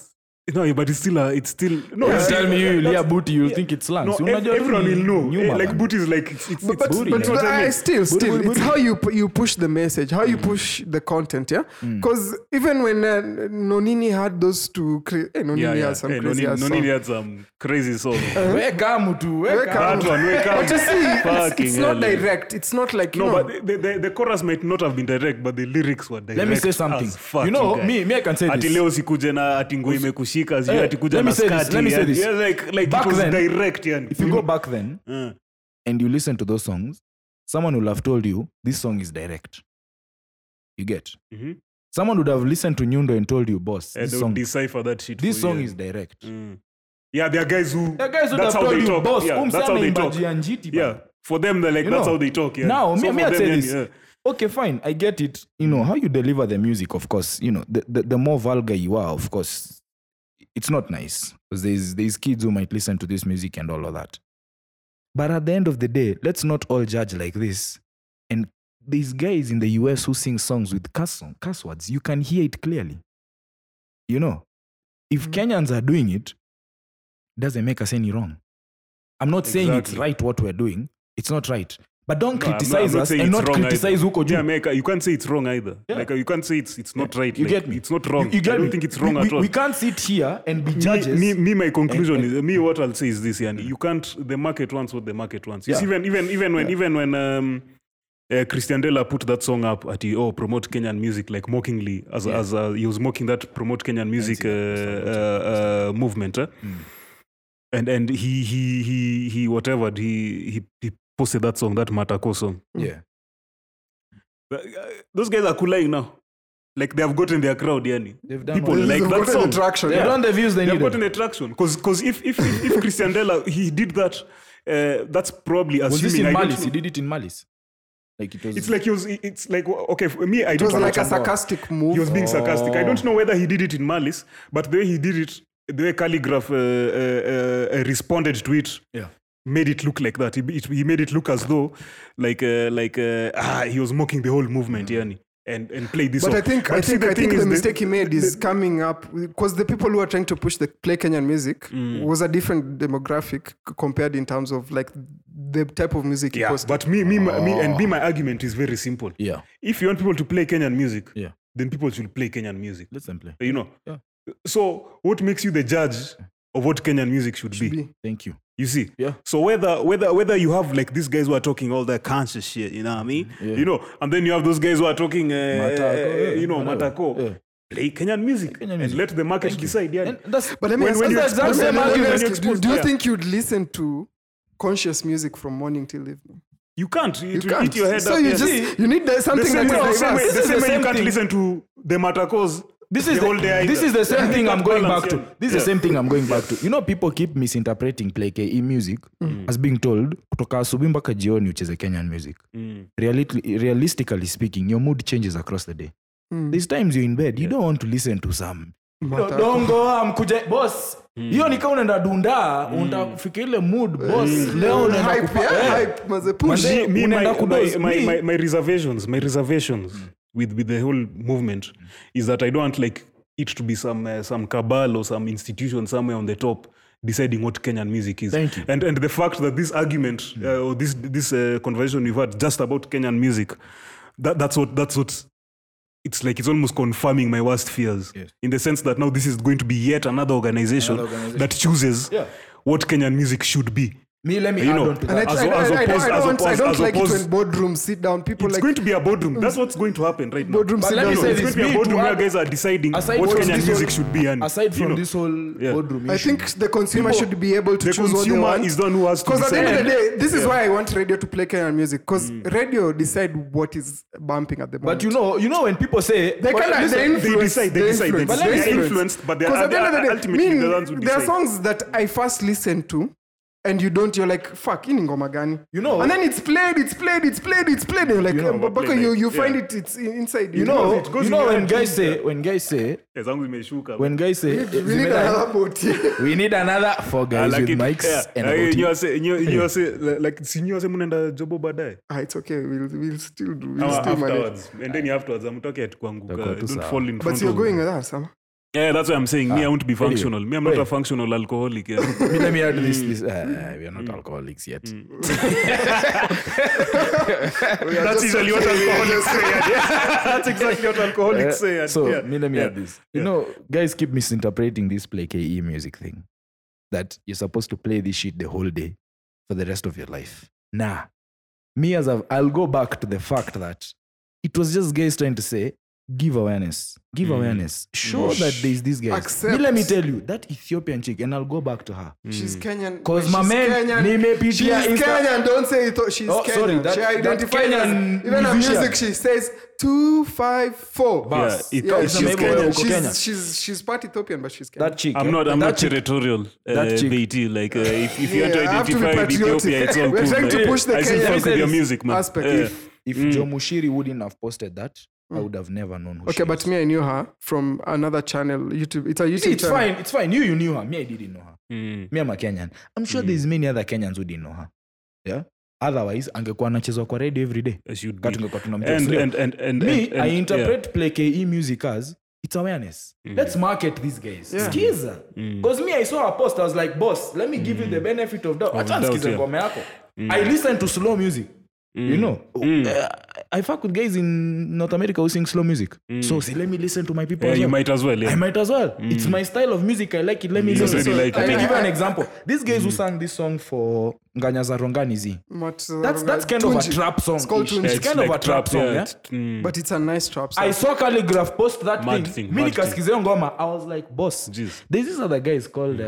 S3: No, but it's still a, it's still no.
S2: You
S3: it's
S2: tell
S3: still-
S2: me you
S3: that's-
S2: lia booty, you think it's slang.
S3: No,
S2: Si
S3: ev-
S2: unajua tu
S3: everyone
S2: ni-
S3: will know.
S2: nyuma
S3: Eh, like
S2: bana.
S3: booty is like it's it's,
S1: But,
S3: it's
S1: but,
S3: booty.
S1: but
S3: you know what I
S1: I
S3: mean?
S1: still, still,
S3: booty, Mm.
S1: it's how you pu- you push the message, how you push the content, yeah. Because even when uh, Nonini had those two, cra- eh, Nonini
S3: Yeah, yeah.
S1: has some
S3: Hey,
S1: crazy
S3: Nonini-
S1: ass
S3: Nonini
S1: song.
S3: had some crazy song.
S2: Weka mtu, weka.
S1: Weka.
S3: That one, wake up.
S1: But you see, it's,
S3: Fucking
S1: it's not
S3: hell.
S1: direct. It's not like you
S3: No,
S1: know,
S3: but the, the, the chorus might not have been direct, but the lyrics were direct.
S2: Let me say something.
S3: As fuck,
S2: You know,
S3: guys.
S2: me, me, I can say
S3: ati
S2: this.
S3: leo sikuje na ati nguo imekushika sijui
S2: Eh,
S3: ati kuja
S2: let me
S3: na
S2: say this,
S3: skati,
S2: let me say
S3: yani.
S2: this.
S3: Yeah, like, like
S2: Back
S3: it was
S2: then,
S3: direct yani.
S2: If you go back then
S3: Eh.
S2: and you listen to those songs, someone will have told you this song is direct. You get.
S3: Mhm.
S2: Someone would have listened to Nyundo and told you, boss,
S3: And
S2: this
S3: they'll
S2: song,
S3: Eh, decipher that shit
S2: this
S3: for
S2: song
S3: you.
S2: is direct.
S3: Mm. Yeah, there are guys who.
S2: The guys would have
S3: that's how
S2: told
S3: they
S2: you,
S3: talk.
S2: boss,
S3: yeah,
S2: um,
S3: that's how they talk.
S2: Njiti,
S3: Yeah, for them they're like
S2: You
S3: that's
S2: know,
S3: how they talk. Yeah.
S2: Now, me,
S3: So
S2: me
S3: for
S2: I'd
S3: them,
S2: say
S3: yani,
S2: this.
S3: yeah.
S2: Okay, fine, I get it. You
S3: Mm.
S2: know, how you deliver the music, of course, you know, the, the, the more vulgar you are, of course, it's not nice. Because there's, there's kids who might listen to this music and all of that. But at the end of the day, let's not all judge like this. And these guys in the US who sing songs with curse, song, curse words, you can hear it clearly. You know,
S3: Mm.
S2: if Kenyans are doing it, doesn't make us any wrong. I'm not saying it's
S3: Exactly.
S2: right what we're doing. It's not right. But don't
S3: No, I'm not- I'm
S2: criticize
S3: not
S2: us
S3: saying
S2: and
S3: it's
S2: not
S3: wrong
S2: criticize
S3: either.
S2: huko juu.
S3: Yeah, Meka, you can't say it's wrong either.
S2: Yeah.
S3: Like you can't say it's it's not right.
S2: You
S3: like,
S2: get me?
S3: It's not wrong.
S2: You get
S3: I don't
S2: me?
S3: think it's wrong
S2: we,
S3: at
S2: we,
S3: all.
S2: We can't sit here and be
S3: Me-
S2: judges.
S3: Me, me, my conclusion
S2: And-
S3: is me. What I'll say is this, yani. You can't. The market wants what the market wants. It's
S2: Yeah.
S3: even, even, even when, even when um, uh, Christian Della put that song up at the, oh promote Kenyan music like mockingly as as uh, he was mocking that promote Kenyan music uh, uh, uh, movement, eh? and and he he he he whatever he he, he posted that song that Matako song.
S2: yeah.
S3: Uh, Those guys are cooling now. Like they have gotten their crowd, yani.
S2: They've done
S3: People
S2: what-
S3: like
S1: They've
S3: that
S1: gotten
S3: song.
S1: the traction,
S2: They've
S1: yeah.
S2: done the views they
S3: They've
S2: needed.
S3: gotten a traction because if if if, if Christian Della he did that, uh, that's probably assuming
S2: Was this in
S3: I don't
S2: malice? He
S3: know.
S2: did it in malice. Like it was.
S3: It's like he was. It's like okay for me. I
S1: it was
S3: don't know.
S1: like a sarcastic move.
S3: he was being sarcastic. I don't know whether he did it in malice, but the way he did it, the way Calligraph uh, uh, uh, responded to it,
S2: yeah.
S3: made it look like that. He, it, he made it look as though like uh, like uh, ah he was mocking the whole
S2: Mm.
S3: movement, yani, and and played this.
S1: But I
S3: song.
S1: think I
S3: see,
S1: think I think
S3: is
S1: the mistake he made is coming up because the people who are trying to push the play Kenyan music
S3: Mm.
S1: was a different demographic c- compared in terms of like the type of music he
S3: Yeah,
S1: posted.
S2: Oh.
S3: but me, me, my, me, and me, my argument is very simple.
S2: Yeah.
S3: If you want people to play Kenyan music,
S2: Yeah.
S3: then people should play Kenyan music.
S2: Let's them play.
S3: You know.
S2: Yeah.
S3: So what makes you the judge of what Kenyan music should,
S1: should
S3: be?
S1: be.
S2: Thank you.
S3: You see.
S2: Yeah.
S3: So whether whether whether you have like these guys who are talking all that conscious shit, you know what I mean?
S2: Yeah.
S3: You know, and then you have those guys who are talking, uh,
S2: Matako, yeah,
S3: you know,
S2: whatever.
S3: matako.
S2: Yeah.
S3: Play Kenyan music,
S2: Kenyan
S3: and
S2: music.
S3: let the market
S2: Thank you.
S3: decide. Yeah.
S2: And that's
S1: But let me
S3: When-
S1: ask
S3: when
S1: you-
S3: you
S1: that's the exact
S3: expose-
S1: same
S3: when you
S1: argument.
S3: expose-
S1: Do, do you
S3: yeah.
S1: think you'd listen to conscious music from morning till evening?
S3: you can't. It
S1: You
S3: will
S1: can't.
S3: eat your head
S1: so
S3: up.
S1: you
S3: yeah.
S1: just you need that-
S3: the
S1: something
S3: same,
S1: that
S3: way, the
S1: is
S3: same, way,
S1: diverse.
S2: This
S3: the
S2: is the
S3: same way you
S2: same
S3: can't
S2: thing.
S3: listen to the matakos.
S2: this is
S3: the whole day.
S2: This is the same thing I'm going back to. This is the
S3: Yeah.
S2: same thing I'm going back to. You know, people keep misinterpreting play ke music as being told kutoka asubuhi mpaka jioni ucheze Kenyan music. Realit- realistically speaking, your mood changes across the day.
S1: Hmm.
S2: There's times you're in bed, you don't want to listen to some No,
S1: Matako.
S2: dongo mkuja bos "Ah,
S3: Hmm.
S2: hiyo nikaa unaenda dunda unafika ile mood bos leo unaenda
S1: Eh, hmm. Hype,
S2: kupa-
S1: yeah,
S2: eh.
S1: hype, was a push.
S2: Manze,
S3: Me, me, my,
S2: unaenda
S3: my,
S2: kudos.
S3: my,
S2: Me-
S3: my, my reservations, my reservations
S2: Mm.
S3: with, with the whole movement is that I don't want like it to be some uh, some cabal or some institution somewhere on the top deciding what Kenyan music is.
S2: Thank you. Mm.
S3: And and the fact that this argument uh, or this this uh, conversation we've had just about Kenyan music, that, that's what that's what it's like it's almost confirming my worst fears
S2: Yes.
S3: in the sense that now this is going to be yet another organization,
S2: Another organization.
S3: that chooses
S2: Yeah.
S3: what Kenyan music should be.
S2: Me, let me
S3: You
S2: add
S3: know,
S2: on to
S1: And I,
S2: that.
S3: As
S1: I,
S3: o-
S1: I,
S3: as
S1: I, I don't,
S3: opposed-
S1: I
S3: as
S1: don't, I
S3: opposed-
S1: don't
S3: as
S1: like it
S3: opposed-
S1: when boardrooms sit down. People
S3: It's
S1: like
S3: going to be a boardroom. That's what's going to happen right now.
S1: boardroom sit
S2: let
S1: down.
S2: me
S3: No,
S2: say
S3: it's
S2: this,
S3: going to be a
S2: me
S3: boardroom
S2: to
S3: where
S2: add-
S3: guys are deciding what
S2: aside from
S3: Kenyan
S2: this
S3: music
S2: whole-
S3: should be. And,
S2: aside
S3: you
S2: from
S3: know,
S2: this whole
S3: yeah.
S2: boardroom
S1: I
S2: issue,
S1: think the consumer
S3: People-
S1: should be able to
S3: the
S1: choose what they
S3: consumer
S1: want.
S3: is the one who has to
S1: Because at the end of the
S3: decide.
S1: day, this is why I want radio to play Kenyan music. Because radio decide what is bumping at the moment.
S2: but you know you know when people say
S1: they
S2: but
S1: kind of
S2: listen,
S1: they influence.
S3: decide, they decide, they
S1: influence,
S2: decide. They're
S3: influenced, but they're-
S1: 'Cause at the end of the day,
S3: ultimately
S1: mean,
S3: they're the ones who
S1: there are
S3: decide.
S1: songs that I first listened to. And you don't, you're like, fuck, ini ngoma gani?
S2: You know-
S1: And then it's played, it's played, it's played, it's played. And you're like,
S3: You know,
S1: "Eh, Babaka,
S3: played,
S1: Oh. you, you
S3: yeah.
S1: find it, it's in- inside.
S2: you know
S3: it goes
S2: you know
S3: in
S2: when
S3: your
S2: guys say when guys say
S3: Yeah, Eh, zangu zimeshuka.
S2: when guys say
S1: We need another boat.
S2: we need another four guys
S3: Ah,
S2: with
S3: lakini-
S2: mics
S3: yeah,
S2: and
S3: ah,
S2: a
S3: yeye
S2: goatee.
S3: nyewe ase- nyewe- nyewe ase- li- like, si nyewe ase mnaenda jobo baadaye
S1: ah, it's okay, we'll, we'll still do, we'll
S3: Ama
S1: still manage.
S3: afterwards. And then afterwards, hamtaki ati kuanguka.
S2: Itakuwa tu
S3: Uh, Don't
S2: sawa.
S3: fall in
S1: But
S3: front
S1: you're
S3: of-
S1: going with us, huh?
S3: Yeah, that's why I'm saying me, I won't be functional. Me, I'm not
S2: Wait.
S3: a functional alcoholic. yeah.
S2: Me, let me add this.
S3: Mm.
S2: this uh, we are not alcoholics yet.
S3: That's usually what alcoholics say. yeah. That's exactly what
S2: Uh,
S3: alcoholics say. and-
S2: so
S3: yeah,
S2: me, let me
S3: yeah.
S2: add this. You know, guys keep misinterpreting this play ke music thing. That you're supposed to play this shit the whole day for the rest of your life. Nah. Me as i I'll go back to the fact that it was just guys trying to say, give awareness.
S3: Mm.
S2: Give awareness. Show that there's these guys. Me, let me
S1: Accept.
S2: tell you, that Ethiopian chick, and I'll go back to her.
S1: She's
S3: Hmm.
S1: Kenyan.
S2: Cause
S1: she's
S2: my man,
S1: Kenyan.
S2: nimepitia
S1: she's
S2: Insta-
S1: Kenyan. Don't say it. She's
S2: Oh,
S1: Kenyan.
S2: sorry, that-
S1: she
S2: that
S1: identifies
S2: Kenyan
S1: as, even her
S2: musician.
S1: music. She says two five four.
S3: Bas. Yeah, it-
S1: yeah,
S3: it's
S1: she's,
S3: amazing wewe
S1: Kenyan.
S2: uko
S1: She's,
S2: Kenya.
S1: she's she's part Ethiopian, but she's Kenyan.
S2: That chick.
S3: I'm
S2: eh?
S3: not. I'm
S2: that
S3: not
S2: chick-
S3: territorial. Uh,
S2: that chick-
S3: BT. Like uh, if, if you want to
S1: Yeah, I have to be
S3: identify with
S1: patriotic.
S3: Ethiopia, it's all
S1: We're
S3: cool.
S1: trying to
S3: but
S1: push the
S3: I still
S1: Kenyan
S3: fuck with your
S1: sense
S3: music, man.
S1: aspect.
S3: Yeah.
S1: If-
S2: If
S3: Mm.
S2: Joe Mushiri wouldn't have posted that, I would have never known who she
S1: Okay, but me, I knew her from another channel, YouTube. It's a YouTube
S2: it's
S1: channel.
S2: fine it's fine you you knew her me i didn't know her
S3: Mm.
S2: me i'm a kenyan i'm sure there's many other kenyans who didn't know her yeah otherwise angekuwa anachezwa kwa radio every day
S3: As you'd be.
S2: Wakati ungekuwa tunamjua
S3: Mm. And
S2: Sule.
S3: and and and
S2: me
S3: and- and-
S2: i interpret play ke music as it's awareness
S3: Mm.
S2: let's market these guys
S1: Yeah.
S2: skiza because me i saw a post i was like boss let me give you the benefit of doubt acha
S3: Mm. doubt,
S2: nisikize
S3: yeah. Mm.
S2: ngoma yako i listen to slow music you know Uh, i fuck with guys in north america who sing slow music so see, let me listen to my people
S3: Mm. Yeah,
S2: as
S3: you
S2: well.
S3: might as well.
S2: I
S3: Yeah. Mm.
S2: might as well. It's my style of music. I like it. Let me
S3: You
S2: listen.
S3: already
S2: So,
S3: like
S2: let
S3: it.
S2: me
S1: I-
S2: give you
S1: I-
S2: an example. These guys who sang this song for Nganyaza Ronganizi.
S1: But, uh,
S2: That's that's kind of
S1: Tunji.
S2: a trap song.
S1: It's called
S2: It's,
S1: Tunji.
S3: Yeah,
S1: It's
S2: kind of
S3: like
S2: a trap song. Yeah.
S3: it's- mm.
S1: But it's a nice trap. song.
S2: I saw Calligraph post that
S3: Mad
S2: thing.
S3: thing,
S2: Me
S3: mad
S2: nikaskiza hiyo ngoma. I was like, boss.
S3: Jeez. Mm.
S2: There's these other guys called uh,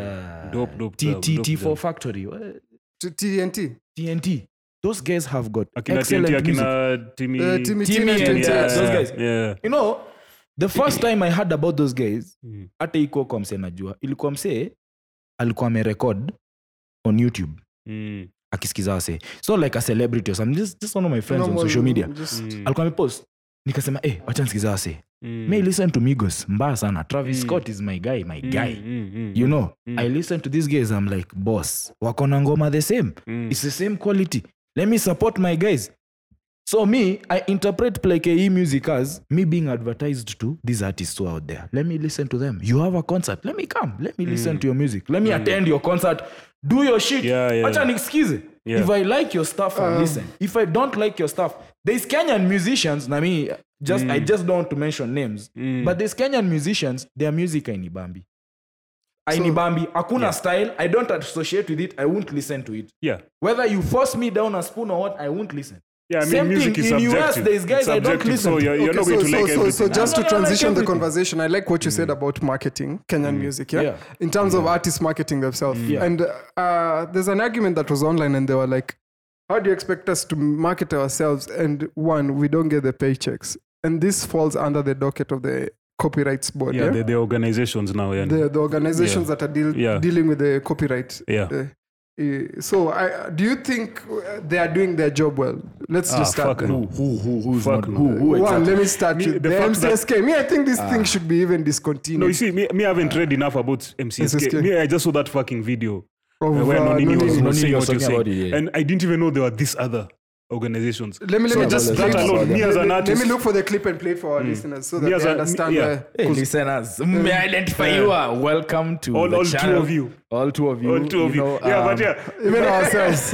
S3: Dope, dope, dope, dope,
S2: TTT for
S3: dope.
S2: Factory. What?
S1: to TNT.
S2: TNT. Those guys have got
S3: Akina
S2: excellent
S3: TNT,
S2: music.
S3: akina Timmy.
S1: Uh, Timmy,
S2: Timmy
S1: Timmy
S2: and-
S1: and
S2: yeah.
S1: Tenzin.
S2: those guys.
S3: Yeah.
S2: you know the first time i heard about those guys
S3: Mm,
S2: hata ikuwa kwa msee najua ilikuwa msee alikuwa amerekod on youtube
S3: Mm.
S2: akisikiza wase so like a celebrity or something just, just one of my friends on
S1: Normal,
S2: social media
S1: just-
S2: alikuwa amepost nikasema eh wacha nisikiza wase
S3: Mm.
S2: may listen to migos mbaya sana travis scott is my guy my guy
S3: Mm, mm,
S2: you know i listen to these guys i'm like boss wako na ngoma the same
S3: Mm.
S2: it's the same quality let me support my guys so me i interpret play ke music as me being advertised to these artists who are out there let me listen to them you have a concert let me come let
S3: Hmm.
S2: me listen to your music let me attend your concert do your shit
S3: Yeah, yeah.
S2: acha niskize
S3: Yeah.
S2: if i like your stuff i listen if i don't like your stuff there's kenyan musicians na me just
S3: Hmm.
S2: i just don't want to mention names
S3: Mm.
S2: but these kenyan musicians their music ainibambi
S1: So-
S2: ainibambi Ah, hakuna style i don't associate with it i won't listen to it
S3: yeah
S2: whether you force me down a spoon or what i won't listen
S3: yeah i mean
S2: Same
S3: music
S2: thing
S3: is
S2: in US,
S3: subjective
S2: there's guys
S3: It's
S2: I don't
S3: subjective,
S2: listen
S3: so
S2: to.
S3: you're, you're not
S1: Okay,
S3: going to
S1: so,
S3: like everything
S1: so just
S2: I'm
S1: to
S2: not gonna like
S1: transition the
S2: everything. Mm.
S1: conversation, I like what you said about marketing, Kenyan music, yeah?
S2: Yeah.
S1: In terms of artists marketing themselves.
S3: Mm.
S2: Yeah.
S1: And uh, there's an argument that was online, and they were like, How do you expect us to market ourselves? And one, we don't get the paychecks. And this falls under the docket of the copyrights board,
S3: yeah,
S1: yeah?
S3: The, the organizations now yeah
S1: The, the organizations that are deal,
S3: Yeah.
S1: dealing with the copyright.
S3: yeah
S1: Uh, uh, so, I, do you think uh, they are doing their job well? Let's
S3: Ah,
S1: just start
S3: fuck
S1: there.
S3: no.
S2: who who who is
S3: Fuck
S2: not
S3: no.
S2: who, who
S1: One,
S2: exactly?
S1: let me start
S3: Me-
S1: with
S3: the
S1: the,
S3: fact that- Ah.
S1: MCSK. Me, I think this thing should be even discontinued.
S3: no you see me, me i haven't read enough about mcsk
S1: MCSK.
S3: me i just saw that fucking video
S1: Of,
S3: uh, where
S1: uh,
S3: Nonini
S1: Nonini.
S3: was,
S2: Nonini
S3: was saying
S2: was
S3: what
S2: talking
S3: you're saying
S2: about it, yeah.
S3: and i didn't even know there were these other organizations
S1: Let me let me
S2: So
S1: just
S2: let's
S1: play
S2: talk
S1: it.
S2: about
S1: let,
S2: that.
S3: Me as
S1: let-
S3: an
S1: let me
S3: artist- Hmm.
S1: look for the clip and play it for our listeners so that
S3: Me as
S1: they
S3: an- me-
S1: understand.
S3: yeah.
S1: where-
S2: Hey, listeners, may I identify you. are Welcome to
S3: um, All-
S2: the
S3: all two
S2: channel.
S3: of you.
S2: All two of you.
S3: all two of you
S2: know,
S3: yeah
S2: um,
S3: but yeah
S1: even ourselves.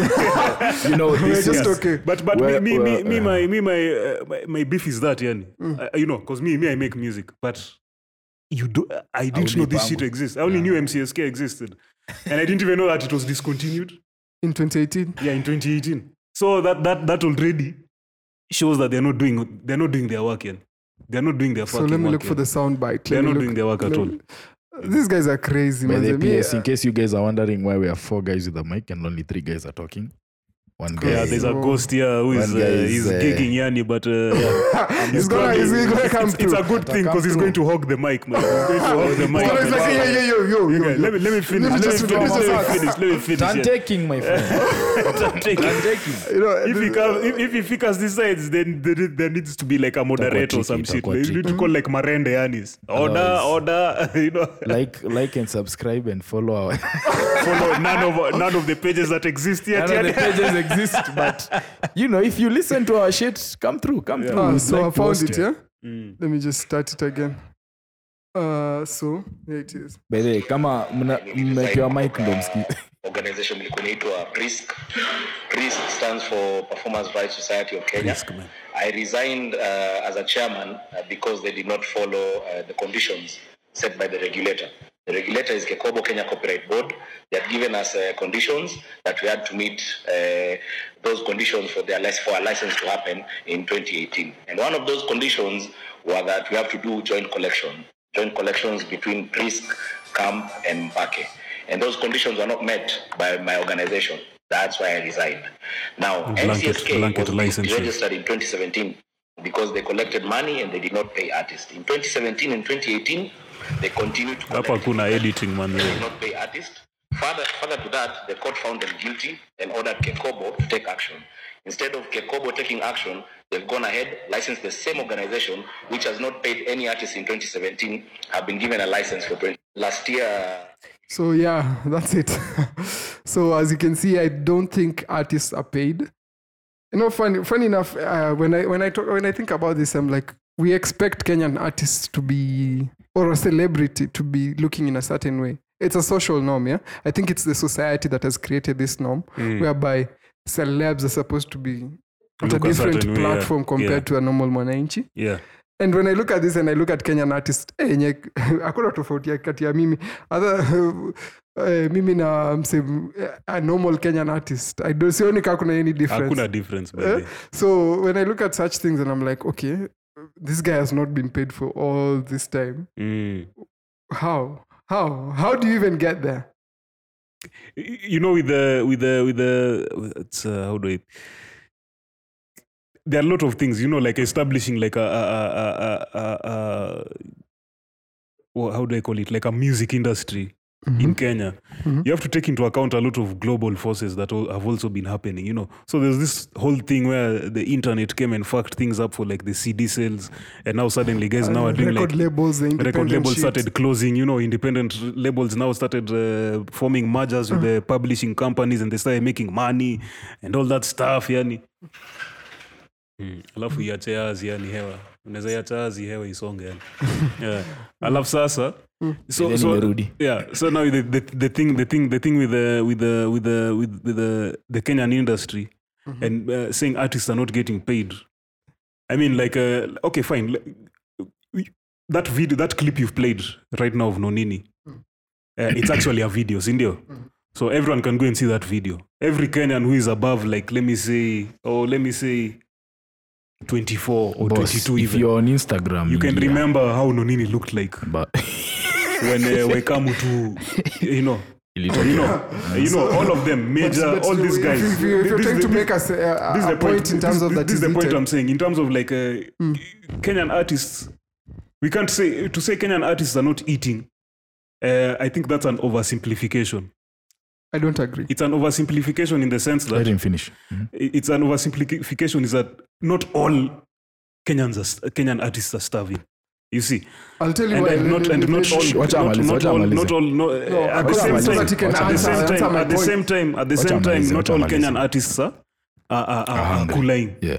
S2: You know,
S1: We're
S2: this
S1: just
S2: is,
S1: okay.
S3: But but
S2: Where-
S3: me, me,
S2: where-
S3: me, me
S2: uh,
S3: my me my, uh, my my beef is that yani, uh, you know, because me me I make music, but you do I didn't
S2: only
S3: know this
S2: bambo.
S3: shit exists. I only knew MCSK existed, and I didn't even know that it was discontinued.
S1: In 2018,
S3: Yeah, in 2018. So that that that already shows that they're not doing they're not doing their work yet. They're not doing their
S1: so
S3: fucking
S1: let me
S3: work
S1: look for
S3: yani.
S1: the soundbite. Let me
S3: They're not
S1: look-
S3: doing their work at
S1: let
S3: all.
S1: me- These guys are crazy,
S2: By
S1: man. They-
S2: the
S1: me, uh,
S2: PS, in case you guys are wondering why we are four guys with a mic and only three guys are talking, one guy.
S1: Yeah,
S3: Yeah, there's a
S1: So-
S3: ghost here who is, uh,
S2: One guy is,
S3: he's
S2: uh,
S3: gigging yani, but uh, yeah.
S1: uh, he's gonna, he's, he's gonna come
S3: it's, it's
S1: through.
S3: a good thing because he's going to hog the mic, man. He's going to hog the mic.
S1: So it's like, yo, yo, yo, yo, yo,
S3: Okay,
S1: yo.
S3: let me let me finish. Let me
S1: just-
S3: finish.
S1: let me just
S3: Let
S1: ask.
S3: me finish. Let me finish.
S2: Turn
S3: yeah.
S2: taking, my friend.
S3: Don't take
S2: Turn
S3: it.
S2: taking.
S1: You know,
S3: If he
S1: this-
S3: comes, if, if he figures decides, then there, there needs to be like a moderator or some
S2: Itakuwa
S3: shit.
S2: tricky,
S3: You need to call like Marende Yanis. Order,
S2: Otherwise-
S3: order. You know,
S2: Like, like, and subscribe and follow our.
S3: follow none of none of the pages that exist yet.
S2: None of the
S3: yet.
S2: pages exist, but you know, if you listen to our shit, come through, come through.
S1: Ah,
S3: Mm,
S2: We'd
S1: so
S2: like
S1: I
S2: to
S1: found
S2: host
S1: it,
S2: you.
S1: yeah? Let me just start it again. Uh, so, here it is.
S2: By the way, kama mna- mmewekewa mic ndo msikize.
S4: organization ilikuwa inaitwa risk risk stands for performance rights society of kenya
S3: Risk, man.
S4: i resigned uh, as a chairman uh, because they did not follow uh, the conditions set by the regulator the regulator is kekobo kenya copyright board they had given us uh, conditions that we had to meet uh, those conditions for their lic- for a license to happen in 2018 and one of those conditions were that we have to do joint collection joint collections between Prisk, Camp, and Mpake. And those conditions were not met by my organization. That's why I resigned. Now,
S3: Blanket-
S4: NCSK
S3: blanket
S4: was
S3: license, yeah.
S4: registered in 2017 because they collected money and they did not pay artists. In 2017 and 2018, they continued to collect
S3: Hapa kuna editing man.
S4: did not pay artist. Further, further to that, the court found them guilty and ordered Kekobo to take action. Instead of Kekobo taking action, they've gone ahead, licensed the same organization, which has not paid any artist in 2017, have been given a license for 20. Last year,
S1: So yeah, that's it. so as you can see, I don't think artists are paid. You know, funny, funny enough, uh, when I when I talk, when I think about this, I'm like, we expect Kenyan artists to be or a celebrity to be looking in a certain way. It's a social norm, yeah. I think it's the society that has created this norm, whereby celebs are supposed to be at
S3: Mm. Look
S1: a
S3: a
S1: different
S3: certain way, yeah.
S1: platform compared
S3: Yeah.
S1: to a normal mwananchi
S3: Yeah.
S1: and when i look at this and i look at kenyan artist enye hakuna tofauti ya kati ya mimi other eh, mimi na mse, a normal kenyan artist i don't sioni kaa kuna any difference
S3: Hakuna difference by
S1: Eh?
S3: the way.
S1: so when i look at such things and i'm like okay this guy has not been paid for all this time
S3: Mm.
S1: how how how do you even get there
S3: Y- you know with the with the with the with- it's, uh, how do I there are a lot of things you know like establishing like a, a, a, a, a, a well, how do I call it like a music industry
S1: Mm-hmm.
S3: in Kenya you have to take into account a lot of global forces that al- have also been happening you know so there's this whole thing where the internet came and fucked things up for like the CD sales and now suddenly guys now are
S1: And
S3: doing
S1: Uh, record
S3: like
S1: labels the
S3: record
S1: independent
S3: labels
S1: shit.
S3: started closing you know independent r- labels now started uh, forming mergers with
S1: Uh-huh.
S3: the publishing companies and they started making money and all that stuff yani
S2: Hmm.
S3: Mm. alafu iache azi yani hewa unaweza iacha azi hewa isonge yani yeah. alafu sasa so,
S2: Hmm. Then
S3: so,
S2: imerudi.
S3: yeah so now the, the, the thing the thing the thing with the with the with the with, with the, the kenyan industry and uh, saying artists are not getting paid I mean, like, uh, okay, fine. Like, we- That video, that clip you've played right now of Nonini, uh, it's actually a video, Sindio. So everyone can go and see that video. Every Kenyan who is above, like, let me say, or let me say, 24 or
S2: Boss,
S3: 22
S2: if
S3: even,
S2: you're on Instagram,
S3: you can
S2: yeah,
S3: remember how Nonini looked like
S2: But
S3: when uh, Waikamu to, you know, you
S2: ilitokea.
S3: know, you know, all of them, major,
S1: But
S3: all these
S1: if
S3: guys.
S1: you- If, you, if
S3: This
S1: you're
S3: is
S1: trying
S3: the-
S1: to make us a,
S3: this is
S1: a,
S3: the
S1: a point in terms
S3: this,
S1: of that Hmm.
S3: this
S1: is
S3: is the point
S1: needed.
S3: i'm saying in terms of like uh, kenyan artists we can't say to say kenyan artists are not eating uh, i think that's an oversimplification
S1: I don't agree.
S3: it's an oversimplification in the sense that
S2: Let him finish. Mhm.
S3: it's an oversimplification is that not all kenyans are, kenyan artists are starving you see
S1: I'll tell you
S3: and,
S1: why.
S3: and
S1: let
S3: not
S1: me-
S3: and
S1: let
S3: not
S1: me-
S3: all
S2: Wacha
S3: not,
S2: amalize,
S3: not
S2: wacha
S3: all
S2: amalize.
S3: not all no, uh, at the
S1: wacha
S3: same
S1: amalize,
S3: time
S1: so that you can
S3: at the
S1: answer-
S3: same
S1: answer
S3: time
S1: my
S3: at the
S1: point.
S3: same time at the
S2: Wacha
S3: same
S2: amalize,
S3: time not
S2: wacha
S3: all
S2: amalize.
S3: Kenyan artists are are, uh, are, are, are
S2: hungry.
S3: cooling
S2: Yeah.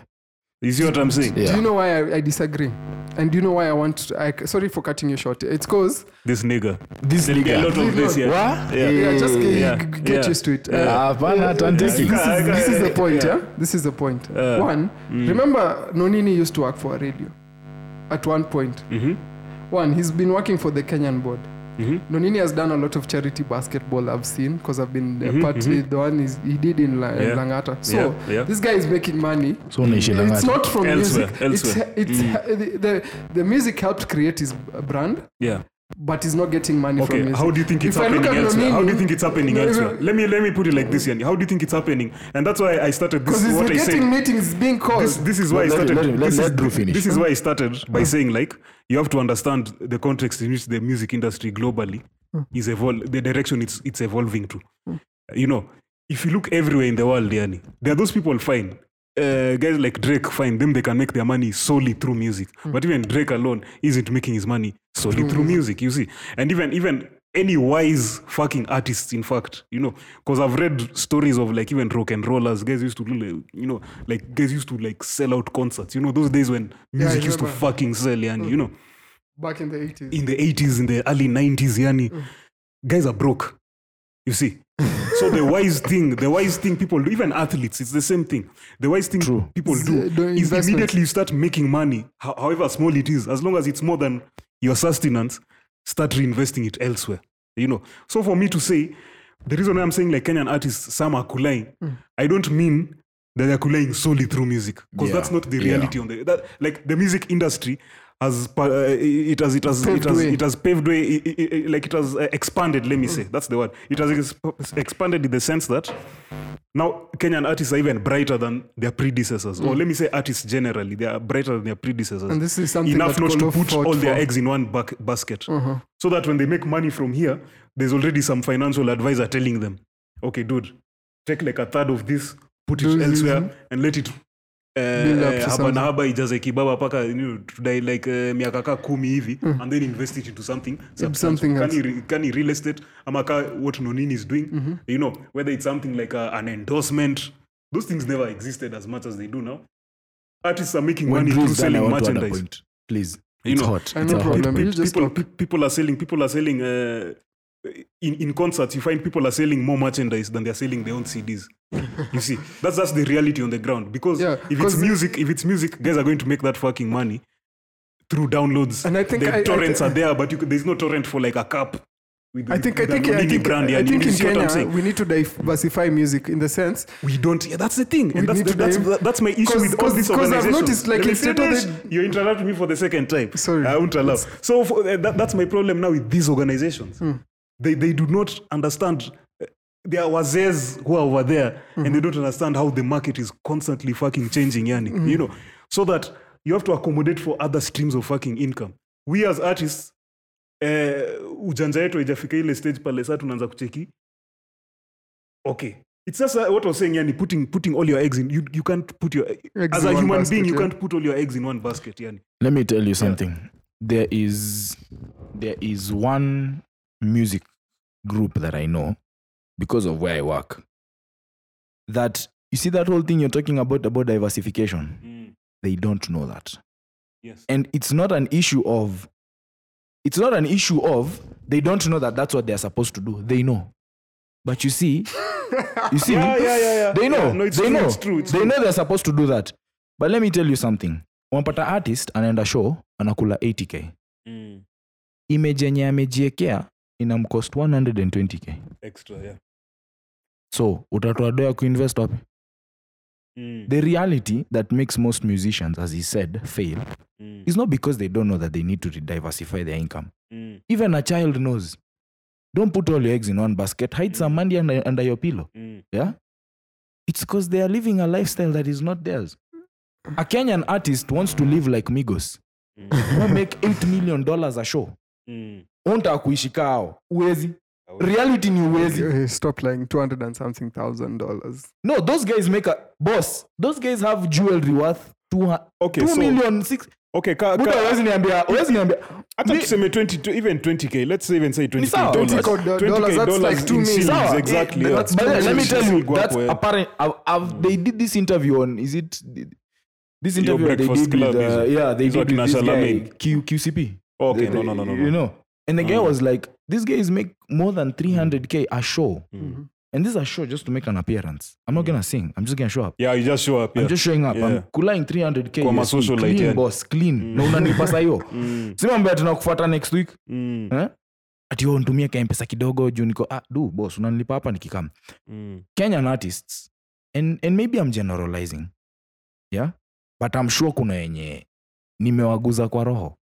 S3: you see what I'm saying
S1: Do
S2: Yeah.
S1: you know why I, I disagree? And do you know why I want? To, I, sorry for cutting you short. It's because
S3: this nigger
S2: This
S3: There'll be a
S2: nigga.
S3: lot of this yeah
S2: What?
S3: yeah
S1: yeah, just g-
S3: Yeah.
S1: g- g- get
S3: Yeah.
S1: used to it. Uh,
S2: Ah, hapana, hata
S1: this,
S2: nitaki.
S1: is, this is the point.
S3: Yeah.
S1: Yeah, this is the point.
S3: Uh,
S1: one, remember, Nonini used to work for a radio. At one point,
S3: Mhm.
S1: one, he's been working for the Kenyan board.
S3: Mm-hmm.
S1: Nonini has done a lot of charity basketball. I've seen because I've been uh, part the one is, he did in La-
S3: Mm-hmm, Yeah.
S1: Langata. So
S3: Yeah, yeah.
S1: this guy is making money.
S2: So unaishi
S1: It's
S2: Lang'ata.
S1: not from
S3: Elsewhere,
S1: music.
S3: elsewhere.
S1: It's, it's the, the the music helped create his brand,
S3: yeah
S1: but he's not getting money from
S3: okay
S1: music.
S3: how do you think it's
S1: If I look
S3: happening
S1: at
S3: elsewhere how do you
S1: Nonini-
S3: think it's happening
S1: No, if-
S3: elsewhere let me let me put it like this Yanni how do you think it's happening and that's why I started this
S1: Because he's
S3: what I said
S1: getting meetings being called.
S3: this, this is why I
S2: Let- let
S3: started.
S2: him- let-
S3: this,
S2: let
S3: is,
S2: Drew finish.
S3: this is why I started by saying like you have to understand the context in which the music industry globally
S1: Hmm.
S3: is evol- the direction it's it's evolving to. You know, if you look everywhere in the world, yani, there are those people fine. Uh, guys like Drake, fine, them they can make their money solely through music. But even Drake alone isn't making his money solely through music, you see. And even even any wise fucking artists, in fact, you know, because I've read stories of like even rock and rollers, guys used to do like, you know, like guys used to like sell out concerts, you know, those days when music used to
S1: remember.
S3: fucking sell, yani, you know,
S1: back in the 80s.
S3: in the 80s, in the early 90s, yani,
S1: Mm.
S3: guys are broke, you see. so the wise thing, the wise thing people do, even athletes, it's the same thing. The wise thing
S2: True.
S3: people
S1: It's,
S3: do
S1: uh, the
S3: is
S1: investment.
S3: immediately you start making money, ho- however small it is, as long as it's more than your sustenance, start reinvesting it elsewhere. You know. So for me to say, the reason why I'm saying like Kenyan artists, some are kulaying,
S1: Mm.
S3: I don't mean that they're kulaying solely through music, because
S2: Yeah.
S3: that's not the
S2: Yeah.
S3: reality on the that like the music industry. Has, pa- uh, it has it has it
S1: Paved
S3: has,
S1: way.
S3: it has paved way i- i- i- like it has uh, expanded let me say that's the word it has exp- expanded in the sense that now Kenyan artists are even brighter than their predecessors, or let me say artists generally, they are brighter than their predecessors.
S1: Mm. And this is something
S3: enough
S1: that
S3: not to
S1: Golov
S3: put
S1: fought
S3: all their
S1: for. Uh-huh.
S3: eggs in one back basket, so that when they make money from here, there's already some financial advisor telling them, "Okay, dude, take like a third of this, put it
S1: Do-
S3: elsewhere, and let it." uh,
S1: Build up to
S3: haba na
S1: something.
S3: haba ijaze kibaba paka you know, tudai like uh, miaka ka kumi hivi and then invest it into something substantial.
S1: something
S3: Can
S1: else.
S3: you re- can he real estate ama ka what nonini is doing you know whether it's something like a, an endorsement those things never existed as much as they do now artists are making
S2: When
S3: money
S2: Drew
S3: through
S2: is done, I
S3: selling
S2: want to add a
S3: merchandise
S2: point. Please.
S3: You
S2: It's
S3: know,
S2: hot.
S1: I
S2: It's
S1: know
S2: a
S1: problem.
S2: hot.
S1: Remember,
S3: Pe-
S1: you just
S3: people,
S1: talk.
S3: pe- people are selling people are selling uh, in, in concerts you find people are selling more merchandise than they're selling their own cds you see that's that's the reality on the ground because
S1: Yeah,
S3: if it's
S1: 'cause-
S3: music if it's music guys are going to make that fucking money through downloads
S1: And I think
S3: the
S1: I- I-
S3: torrents are there but you, could- there's no torrent for like a cup with,
S1: I think I
S3: with
S1: think
S3: a
S1: I
S3: Nonini
S1: think,
S3: brand,
S1: I
S3: yani.
S1: think
S3: You
S1: in
S3: see what I'm
S1: Kenya
S3: saying?
S1: we need to diversify music in the sense
S3: we don't yeah, that's the thing and
S1: We
S3: that's,
S1: need to
S3: that's,
S1: dive-
S3: that's my issue
S1: Cause-
S3: with all
S1: cause-
S3: these
S1: cause I've
S3: organizations
S1: noticed, like,
S3: Let me
S1: instead of
S3: finish.
S1: the-
S3: you interrupt me for the second time
S1: Sorry.
S3: i won't allow so for, uh, that, that's my problem now with these organizations
S1: Hmm.
S3: they, they do not understand uh, there are wazes who are over there and
S1: Mm-hmm.
S3: they don't understand how the market is constantly fucking changing yani
S1: Mm-hmm.
S3: you know so that you have to accommodate for other streams of fucking income we as artists eh, ujanja yetu haijafika ile stage pale saa tunaanza kucheki okay it's just uh, what I was saying yani putting, putting all your eggs in you, you can't put your
S1: Eggs
S3: as
S1: in
S3: a
S1: one
S3: human
S1: basket,
S3: being you
S1: yeah.
S3: can't put all your eggs in one basket yani
S2: Let me tell you something. There is there is one music group that I know because of where I work. That you see that whole thing you're talking about about diversification.
S3: Mm.
S2: They don't know that.
S3: yes
S2: and it's not an issue of it's not an issue of they don't know that that's what they're supposed to do they know but you see you see
S3: yeah yeah yeah, yeah.
S2: they know
S3: yeah, no, it's
S2: they
S3: true,
S2: know
S3: it's true it's
S2: they
S3: true.
S2: know they're supposed to do that but let me tell you something unapata artist anaenda show anakula 80k
S3: Mm.
S2: image yenye amejiekea ina mcost 120k
S3: extra yeah
S2: so utatoa do ya kuinvest wapi the reality that makes most musicians as he said fail is not because they don't know that they need to diversify their income even a child knows don't put all your eggs in one basket hide some money under, under your pillow yeah it's because they are living a lifestyle that is not theirs a kenyan artist wants to live like migos Don't make 8 million dollars a show unta kuishika ao uwezi reality ni uwezi
S1: Okay, Stop uh, lying. 200 and something thousand dollars.
S2: No, those guys make a boss. Those guys have jewelry worth two, hu-
S3: Okay,
S2: two
S3: so-
S2: million six.
S3: okay ka,
S2: Buda,
S3: ka,
S2: huwezi niambia, huwezi niambia.
S3: hata
S2: Ni-
S3: tuseme 20 to even 20k let's even say 20k
S2: sawa.
S3: 20
S1: Dollars, that's like two
S3: in
S1: million.
S3: shillings,
S2: Sawa, eh,
S3: exactly
S2: but
S3: yeah.
S2: that's- but let me tell you,
S3: Shillings
S2: that's
S3: hapo, yeah.
S2: apparent. I've,
S3: Mm.
S2: I've, they did this interview on, is it this interview they
S3: Breakfast
S2: did with,
S3: Club,
S2: uh,
S3: is it?
S2: yeah, they
S3: Is
S2: did
S3: what
S2: with this
S3: Nasser
S2: guy,
S3: Lamin?
S2: Q, QCP.
S3: okay
S2: The-
S3: no no no no
S2: You
S3: no
S2: know, and the guy
S3: Mm.
S2: was like, these guys make more than 300k a show,
S3: Mm.
S2: and this is a show just to make an appearance. I'm not gonna sing. I'm just gonna show up.
S3: yeah you just show
S2: I'm
S3: up Mm. yeah
S2: just showing up. I'm
S3: Yeah.
S2: kulaying 300k.
S3: Kwa
S2: USD.
S3: masocial light,
S2: Clean,
S3: yani.
S2: boss, clean. Na unanipasa hiyo.
S3: Mm,
S2: Si mambo ya tunakufuata next week.
S3: mm,
S2: Eh? Ati wewe unitumie ka pesa kidogo juu niko ah du boss unanilipa hapa nikikam.
S3: mm,
S2: Kenyan artists and and maybe I'm generalizing. Yeah? But I'm sure kuna yenye nimewaguza kwa roho.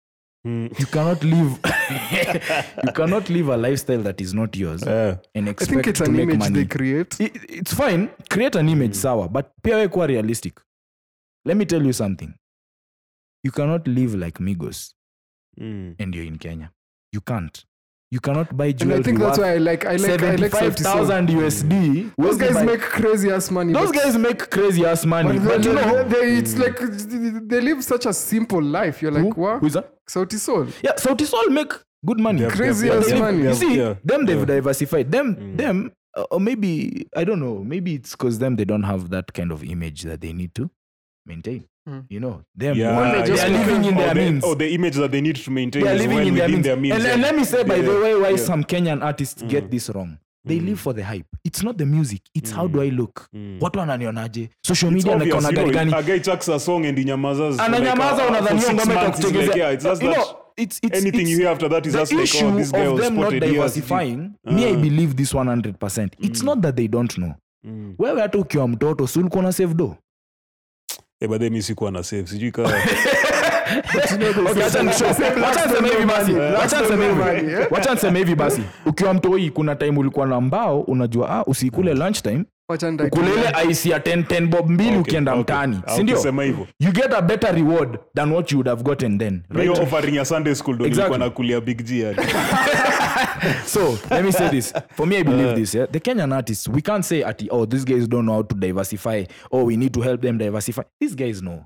S3: mm.
S2: You cannot live you cannot live a lifestyle that is not yours
S3: Yeah.
S2: and
S1: I
S2: expect
S1: think it's
S2: to
S1: an
S2: make
S1: image
S2: money.
S1: they Mm. create.
S2: I- it's fine create an image sawa but pia we kuwa realistic let me tell you something you cannot live like migos
S3: Mm,
S2: and you're in kenya you can't you cannot buy
S1: And I
S2: jewelry
S1: think that's
S2: worth
S1: why I like I like I like 70,000.
S2: 75000 usd
S1: Those
S2: Huwezi
S1: guys
S2: buy-
S1: make crazy ass money.
S2: those
S1: but-
S2: guys make crazy ass money
S1: But
S2: but
S1: they,
S2: you know
S1: they, it's like they live such a simple life. You're
S2: who,
S1: like, what?
S2: who is that?
S1: Sauti Sol.
S2: yeah so this all make good money
S3: They have- they have-
S1: Crazy
S3: they
S1: ass
S3: have-
S1: money.
S3: they
S2: you
S3: have-
S2: see
S3: yeah.
S2: them they've
S3: Yeah. Mm.
S2: diversified them them uh, or maybe i don't know maybe it's because them they don't have that kind of image that they need to maintain
S1: Mm.
S2: you know them
S3: Yeah,
S2: one,
S1: they
S2: they
S1: just
S2: are
S1: become-
S2: living in
S3: oh,
S2: their
S3: the,
S2: means
S3: oh, the image that they need to maintain
S2: they are
S3: is
S2: living
S3: well
S2: in their
S3: within
S2: means,
S3: their means.
S2: and,
S3: yeah.
S2: and let me say by
S3: Yeah.
S2: the way why
S3: Yeah. Mm.
S2: some kenyan artists get this wrong they live for the hype it's not the music it's how do i look watu wananionaje social
S3: Mm. It's
S2: media
S3: obvious,
S2: nakona
S3: you
S2: gari
S3: know,
S2: gani
S3: a guy chucks a song and inyamazas for
S2: ananyamaza
S3: like, uh, for
S2: unadhania
S3: six
S2: ngome
S3: months, it's like,
S2: itakutegezea
S3: yeah, it's just
S2: You know,
S3: that
S2: it's- it's-
S3: anything
S2: it's-
S3: you hear after that is
S2: the
S3: just like, oh,
S2: issue
S3: this guy
S2: of
S3: was
S2: them not
S3: spotted here, Uh. Mm.
S2: diversifying me i believe this 100 it's not that they don't know wewe hata ukiwa mtoto si ulikuwa na save do
S3: Eh, but then mi sikuwa na save sijui ka
S2: Okay, acha nisho- wacha niseme hivi basi, wacha niseme hivi. Wacha niseme hivi basi ukiwa mtoi kuna time ulikuwa na mbao unajua ah, usiikule lunchtime ukule ile ice ya 10 10 bob mbili
S3: Okay,
S2: ukienda
S3: okay.
S2: mtaani
S3: Ah,
S2: sindio
S3: ukisema hivyo.
S2: you get a better reward than what you would have gotten then right?
S3: hiyo offering ya sunday school ndo
S2: Exactly.
S3: nilikuwa nakulia big g yani.
S2: so let me say this for me i believe this yeah? the kenyan artists we can't say ati oh these guys don't know how to diversify oh we need to help them diversify these guys know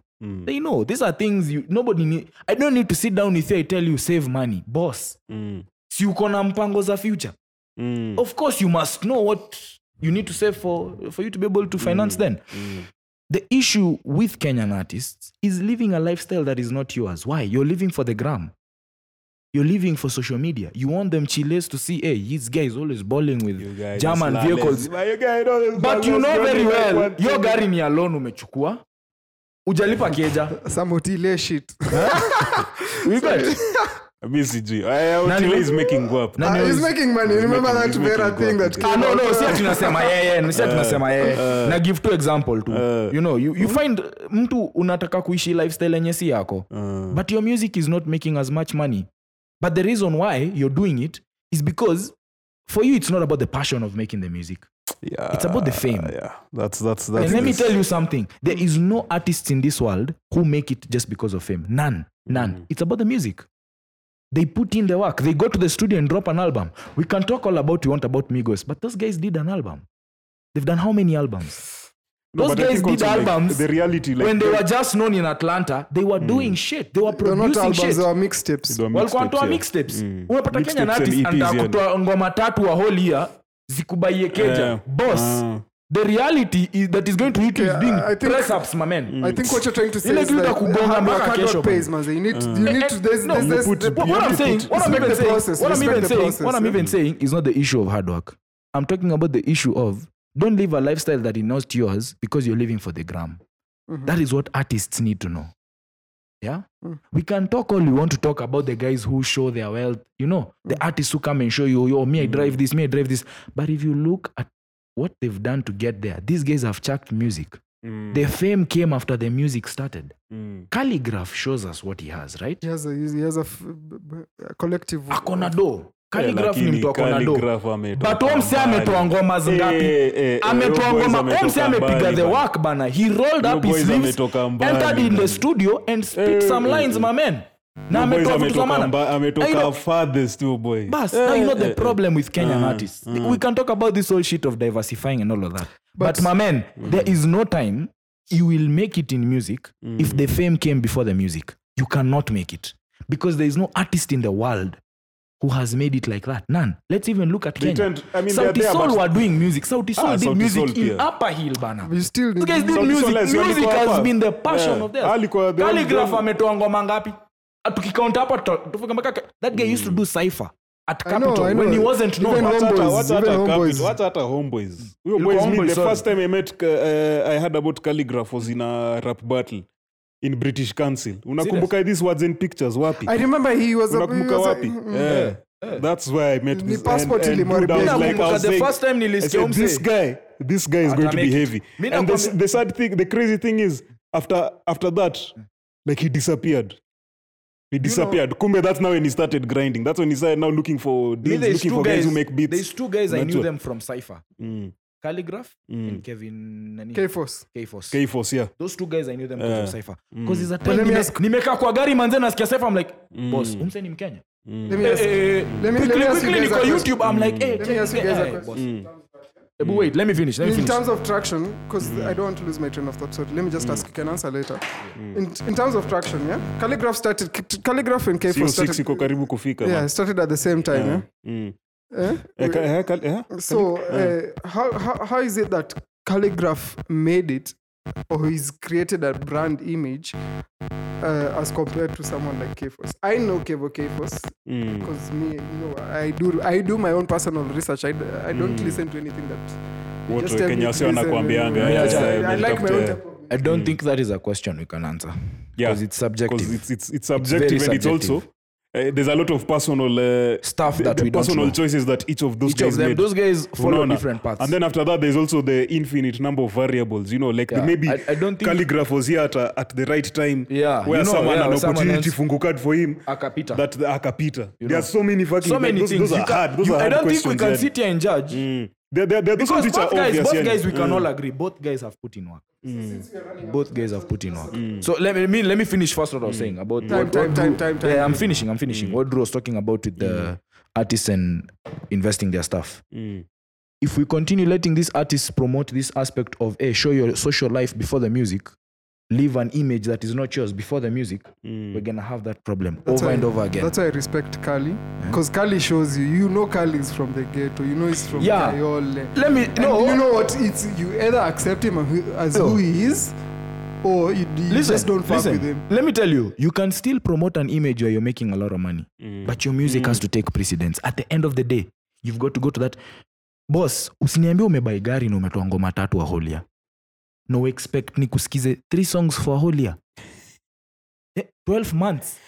S2: they know these are things you nobody need i don't need to sit down with you i tell you save money boss
S3: Mm,
S2: si uko na mpango za future
S3: mm,
S2: of course you must know what you need to save for for you to be able to
S3: Mm.
S2: finance then the issue with kenyan artists is living a lifestyle that is not yours why you're living for the gram you're living for social media you want them chiles to see hey this guy is always balling with
S3: you guys
S2: german
S3: lawless.
S2: vehicles
S3: But you guys know this
S2: but you
S3: lawless
S2: know
S3: going
S2: very
S3: like
S2: well
S3: one
S2: yo
S3: thing.
S2: gari ni alone umechukua ujalipa keja
S1: Samotile shit.
S2: You get?
S3: mi sijui Eh,
S2: Nani-
S3: Otile is making guap
S2: Nani-
S1: Ah, he's making money. Remember that
S3: making- he's
S1: Vera
S3: making
S1: thing
S3: good
S1: that
S3: content.
S1: came
S2: Ah, no,
S1: out?
S2: no, si ati nasema yeye no, si ati nasema yeye na give two example tu
S3: Eh.
S2: you know you, you find uh, mtu unataka kuishi lifestyle yenye si yako
S3: Mm.
S2: but your music is not making as much money but the reason why you're doing it is because for you it's not about the passion of making the music
S3: Yeah, Ah,
S2: it's about the fame.
S3: yeah. That's- that's- that's
S2: and let me
S3: this.
S2: tell you something there is no artist in this world who make it just because of fame none none
S3: Mm-hmm.
S2: it's about the music they put in the work they go to the studio and drop an album we can talk all about we want about migos but those guys did an album they've done how many albums
S3: No,
S2: those
S3: but I
S2: guys
S3: think
S2: did
S3: also, like,
S2: albums
S3: the reality, like,
S2: when they
S3: the- Mm.
S2: were just known in atlanta they were doing shit they were
S1: They're not
S2: producing shit
S1: albums, they were mixtapes.
S3: Ndio
S2: walikuwa
S3: mixtapes,
S2: wanatoa
S3: yeah.
S2: mixtapes
S3: Mm.
S2: unapata kenya
S3: Mixtapes and EPs,
S2: natanda
S3: yani.
S2: kutoa ngoma tatu wa whole year zikubaie keja
S3: Yeah.
S2: boss
S3: Ah.
S2: the reality is that is going to hit you is
S1: Okay, I- I
S2: being
S1: think-
S2: press ups my man
S1: I think what you're trying to say
S2: Ile
S1: is
S2: kitu ya
S1: that
S2: kugonga
S1: hard
S2: mpaka
S1: work, hard
S2: kesho,
S1: work pays, manze. You need, you need to, there's,
S2: Eh, no,
S1: there's,
S2: you
S1: there's,
S3: put-
S1: there's-
S2: What, what I'm saying, what I'm
S1: respect
S2: even
S1: the
S2: saying,
S1: process,
S2: what I'm
S1: respect
S2: even
S1: the
S2: saying,
S1: process,
S2: what I'm
S1: yeah.
S2: even saying is not the issue of hard work. I'm talking about the issue of don't live a lifestyle
S1: Mm-hmm.
S2: that is not yours because you're living for the gram. That is what artists need to know. Yeah.
S1: Mm.
S2: We can talk all we want to talk about the guys who show their wealth, you know, the
S1: Mm.
S2: artists who come and show you, yo, me, I drive this, me, I drive this. But if you look at what they've done to get there, these guys have chucked music.
S1: Mm.
S3: Mm,
S2: The fame came after the music started. Calligraph shows us what he has, right?
S1: He has a, he has a, f- b- b- a collective.
S2: Akona do. Calligraph ni
S3: Eh, lakini
S2: mtu akona do.
S3: Calligraph ametoka
S2: But Omse
S3: mbali.
S2: ametoa ngoma
S3: Eh,
S2: ngapi?
S3: eh,
S2: Ametoa
S3: eh, boys
S2: ngoma.
S3: ametoka
S2: Omse amepiga
S3: mbali,
S2: the
S3: man.
S2: work bana. He rolled up his
S3: boys
S2: sleeves,
S3: ametoka mbali,
S2: entered in the
S3: man.
S2: studio and spit
S3: Eh,
S2: some
S3: eh,
S2: lines,
S3: eh.
S2: my man. Na
S3: Boys
S2: ametoa vitu za
S3: ametoka
S2: maana.
S3: mba-
S2: Na you
S3: ametoka
S2: know-
S3: farthest tu boy
S2: Bas, now you know the
S3: eh,
S2: problem with Kenyan artists.
S3: Mm-hmm.
S2: We can talk about this whole shit of diversifying and all of that. But,
S1: But-
S2: my man,
S3: Mm-hmm.
S2: there is no time you will make it in music
S3: Mm-hmm.
S2: if the fame came before the music. You cannot make it because there is no artist in the world who has made it like that. None. Let's even look at
S3: They
S2: Kenya.
S3: tend- I mean, they are
S2: Sauti
S3: there,
S2: Sol
S3: but-
S2: were doing music. Sauti Sol
S3: Ah,
S2: did
S3: Sauti
S2: music
S3: Sol
S2: in
S3: pia.
S2: Upper Hill, bana.
S1: We still
S2: These guys did
S3: Sauti
S2: music.
S3: Sol has-
S2: Music
S3: walikuwa
S2: has
S3: hapa.
S2: been the passion
S3: Yeah.
S2: of theirs.
S3: Alikuwa the-
S2: Calligraph
S3: the-
S2: ametoa ngoma ngapi? Ah, tukikaunta hapa tuta- tufika mpaka that guy used to do cipher at
S1: I know,
S2: Capitol
S1: I
S2: when
S1: know.
S2: he wasn't known.
S1: Even
S2: What's
S1: Homeboys,
S3: Hata-
S2: up?
S3: hata-
S1: even
S3: hata
S1: Homeboys.
S3: Capit- hata- hata homeboys huyo
S2: Ilikuwa
S3: boys me,
S2: Homeboys,
S3: the
S2: sorry.
S3: first time i met uh, i heard about calligraph was in a rap battle in british council unakumbuka these words and pictures wapi
S1: I remember he was a. mm, He
S3: unakumbuka
S1: was
S3: wapi
S1: a
S3: yeah. that's where i met
S1: Ni
S3: this- and-
S1: passport
S3: and dude, I was
S1: ilimharibia.
S3: like, I was
S2: Nakumbuka the
S3: saying-
S2: first time
S3: I
S2: nilisikia
S3: said, this
S2: mse-
S3: guy this guy is going to be
S2: Atamake it.
S3: heavy
S2: Mi
S3: and the,
S2: nakwambia-
S3: the sad thing the crazy thing is after after that like he disappeared he disappeared kumbe that's now when he started grinding that's when he started now looking for
S2: Me,
S3: deals,
S2: there's
S3: looking
S2: two
S3: for guys, who make beats
S2: There's two guys I
S3: That's
S2: knew
S3: what-
S2: them from Cypher.
S3: Mm.
S2: Calligraph
S3: Mm.
S2: and Kevin nani?
S1: K Force.
S2: K-Force.
S3: K-Force, yeah.
S2: Those two guys I knew them because of
S3: Eh.
S2: Cypher. Because it's a
S1: let
S2: time
S1: me
S2: nime-
S1: ask-
S2: nimekaa kwa gari manze nasikia Cypher I'm like
S3: Mm,
S2: boss
S3: Hmm.
S2: umse ni Mkenya.
S1: Let me ask-
S2: Eh,
S1: let me- let me
S2: quickly,
S1: ask you
S2: quickly
S1: guys a
S2: niko
S1: question.
S2: YouTube I'm like eh
S1: Let me
S2: check
S1: ask you
S2: the-
S1: guys a
S2: eh,
S1: question.
S2: boss.
S3: Mm.
S2: Eh, but wait, let me finish. Let
S1: in
S2: me finish.
S1: terms of traction because i don't want to lose my train of thought so let me just ask you can answer later in, in terms of traction yeah calligraph started calligraph and k4
S3: CO6 iko
S1: started
S3: karibu kufika
S1: yeah
S3: man.
S1: started at the same time yeah,
S3: Mm.
S1: Eh?
S3: Eh, ka- eh, ka- eh?
S1: so uh, how, how, how is it that calligraph made it or he's created a brand image uh, as compared to someone like K-Force. I know Kevo K-Force
S3: Mm.
S1: because me, you know, I do I do my own personal research. I, d- I don't listen to anything that.
S3: Watu
S1: Just
S3: wa
S1: tell me
S3: Kenya
S1: to
S3: wasio
S1: listen,
S3: wanakuambianga,
S1: uh,
S3: eh,
S2: Yeah,
S3: eh,
S1: I- I like my
S3: umenitafutia.
S1: own type of
S2: I don't think that is a question we can answer
S3: Mm. Yeah.
S2: because it's subjective.
S3: 'Cause it's, it's, it's subjective
S2: very
S3: and it's also
S2: subjective.
S3: eh, there's a lot of personal uh,
S2: Stuff
S3: the-
S2: that
S3: the
S2: we don't
S3: personal
S2: know.
S3: choices that each of those
S2: Each
S3: guys
S2: of them,
S3: made.
S2: those guys follow
S3: Unaona?
S2: different paths.
S3: and then after that there's also the infinite number of variables you know like the,
S2: Yeah.
S3: maybe
S2: I- I don't think-
S3: calligraph was here at, a- at the right time
S2: Yeah,
S3: where
S2: you know,
S3: someone
S2: yeah,
S3: an
S2: or someone
S3: opportunity
S2: else-
S3: fungukad for him
S2: Akapita.
S3: that the akapita
S2: You
S3: there
S2: know.
S3: are so many fucking
S2: so
S3: like,
S2: many
S3: those,
S2: things.
S3: those
S2: You
S3: are
S2: can-
S3: hard those
S2: you-
S3: are
S2: I
S3: hard
S2: don't think we
S3: questions
S2: can
S3: yani.
S2: sit here and judge.
S3: Mm. There, there, there are those
S2: Because
S3: which are
S2: both guys,
S3: obvious,
S2: both
S3: yani.
S2: guys, we can
S3: Mm.
S2: all agree. Both guys have put in work. Both guys have put in work.
S3: Mm.
S2: So let me, let me let me finish first what I was saying about
S1: Time,
S2: what-
S1: time,
S2: what
S1: time,
S2: Drew-
S1: time, time.
S2: Yeah, I'm finishing. I'm
S3: Mm.
S2: finishing. What Drew was talking about with the artists and investing their stuff. If we continue letting these artists promote this aspect of hey, show your social life before the music, leave an image that is not yours before the music, we're gonna have that problem over
S1: why-
S2: and over again.
S1: That's why I respect Kali, because Kali shows you. You know Kali is from the ghetto. You know he's from
S2: Yeah.
S1: Kayole.
S2: Let me
S1: And
S2: no.
S1: you know what? It's you either accept him who- as
S2: No.
S1: who he is, or you, you
S2: listen,
S1: just don't fuck
S2: listen,
S1: with him.
S2: Let me tell you, you can still promote an image where you're making a lot of money,
S3: Mm.
S2: but your music has to take precedence. At the end of the day, you've got to go to that boss. Usiniambie umebai gari na umetoa ngoma tatu Aholia. No expect ni kusikize three songs for Aholia. Eh, 12 months.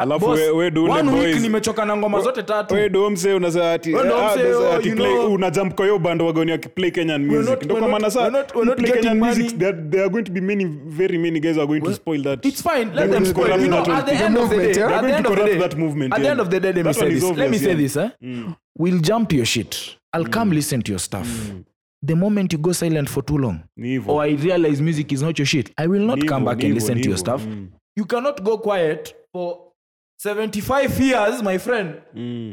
S3: Alafu
S2: Boss,
S3: we- we do ule
S2: one week
S3: boys-
S2: nimechoka na ngoma zote tatu.
S3: We do mse unasema ati,
S2: We do
S3: ah,
S2: mse,
S3: there's
S2: oh,
S3: ati
S2: you
S3: play-
S2: know-
S3: unajump kwa hiyo band wagoni akiplay Kenyan music
S2: not-
S3: ndio
S2: we're
S3: kwa
S2: not-
S3: maana
S2: we're
S3: saa
S2: not- we're not
S3: play Kenyan
S2: getting money.
S3: music there are- there are going to be many very many guys are going to
S2: Well,
S3: spoil that
S2: It's fine. Let
S3: They're
S2: them
S3: going to
S2: spoil.
S3: corrupt
S2: You know,
S3: that
S2: at the
S3: movement.
S2: end of the
S1: movement,
S2: day,
S1: yeah?
S3: They're
S2: at the
S3: going
S2: end
S3: to
S2: of the
S3: corrupt
S2: day,
S3: that movement,
S2: at the
S3: yeah.
S2: end of the day, let me
S3: That
S2: say
S3: one
S2: this.
S3: is
S2: Let me
S3: obvious,
S2: say
S3: yeah. Mm.
S2: this. Eh? We'll jump to your shit. I'll come listen to your stuff. The moment you go silent for too long,
S3: Ni hivyo.
S2: or I realize music is not your shit, I will not
S3: Ni
S2: come
S3: hivyo,
S2: back
S3: ni
S2: and
S3: hivyo,
S2: listen
S3: ni
S2: to your
S3: hivyo.
S2: stuff. You cannot go quiet for 75 years, my friend.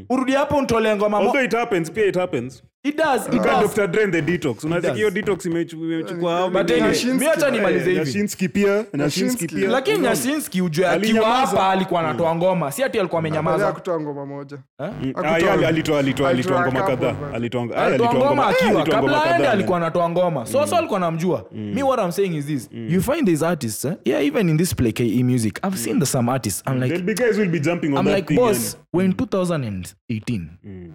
S2: Urudi hapo unitolee ngoma mo-
S3: Mm. Although it happens, pia it happens.
S2: It does, it
S3: Look at
S2: does.
S3: Dr. Dre and the detox. Unasikia hiyo detox imechu- imechukua how
S2: But
S3: many
S2: anyway,
S3: years?
S1: Nyashinski,
S2: mi acha
S1: eh,
S2: nimalize hivi.
S3: Nyashinski pia, Nyashinski
S1: Nyashinski.
S3: pia.
S2: lakini nyashinski ujue akiwa
S3: Alinyamaza. Hmm.
S2: hapa alikuwa anatoa ngoma si ati alikuwa
S1: Baada ya
S2: amenyamaza
S1: kutoa ngoma moja.
S3: Mm,
S1: Akutoa-
S3: ah, yeah, alitoa- alitoa- alitoa
S1: alitoa
S3: ngoma
S1: couple,
S3: kadhaa.
S1: but-
S3: Alitoa- ah,
S2: alitoa
S3: alitoa
S2: ngoma
S3: ngoma-
S2: akiwa
S3: alitoa ngoma Hmm.
S2: kabla
S3: kadhaa,
S2: aende
S3: yeah.
S2: alikuwa anatoa ngoma so so alikuwa anamjua me what i'm saying is this
S3: Hmm.
S2: you find these artists eh? yeah even in this play ke music i've seen the some artists i'm like
S3: There'll be guys will be jumping on
S2: i'm
S3: that
S2: like
S3: thing Hmm.
S2: boss we're in 2018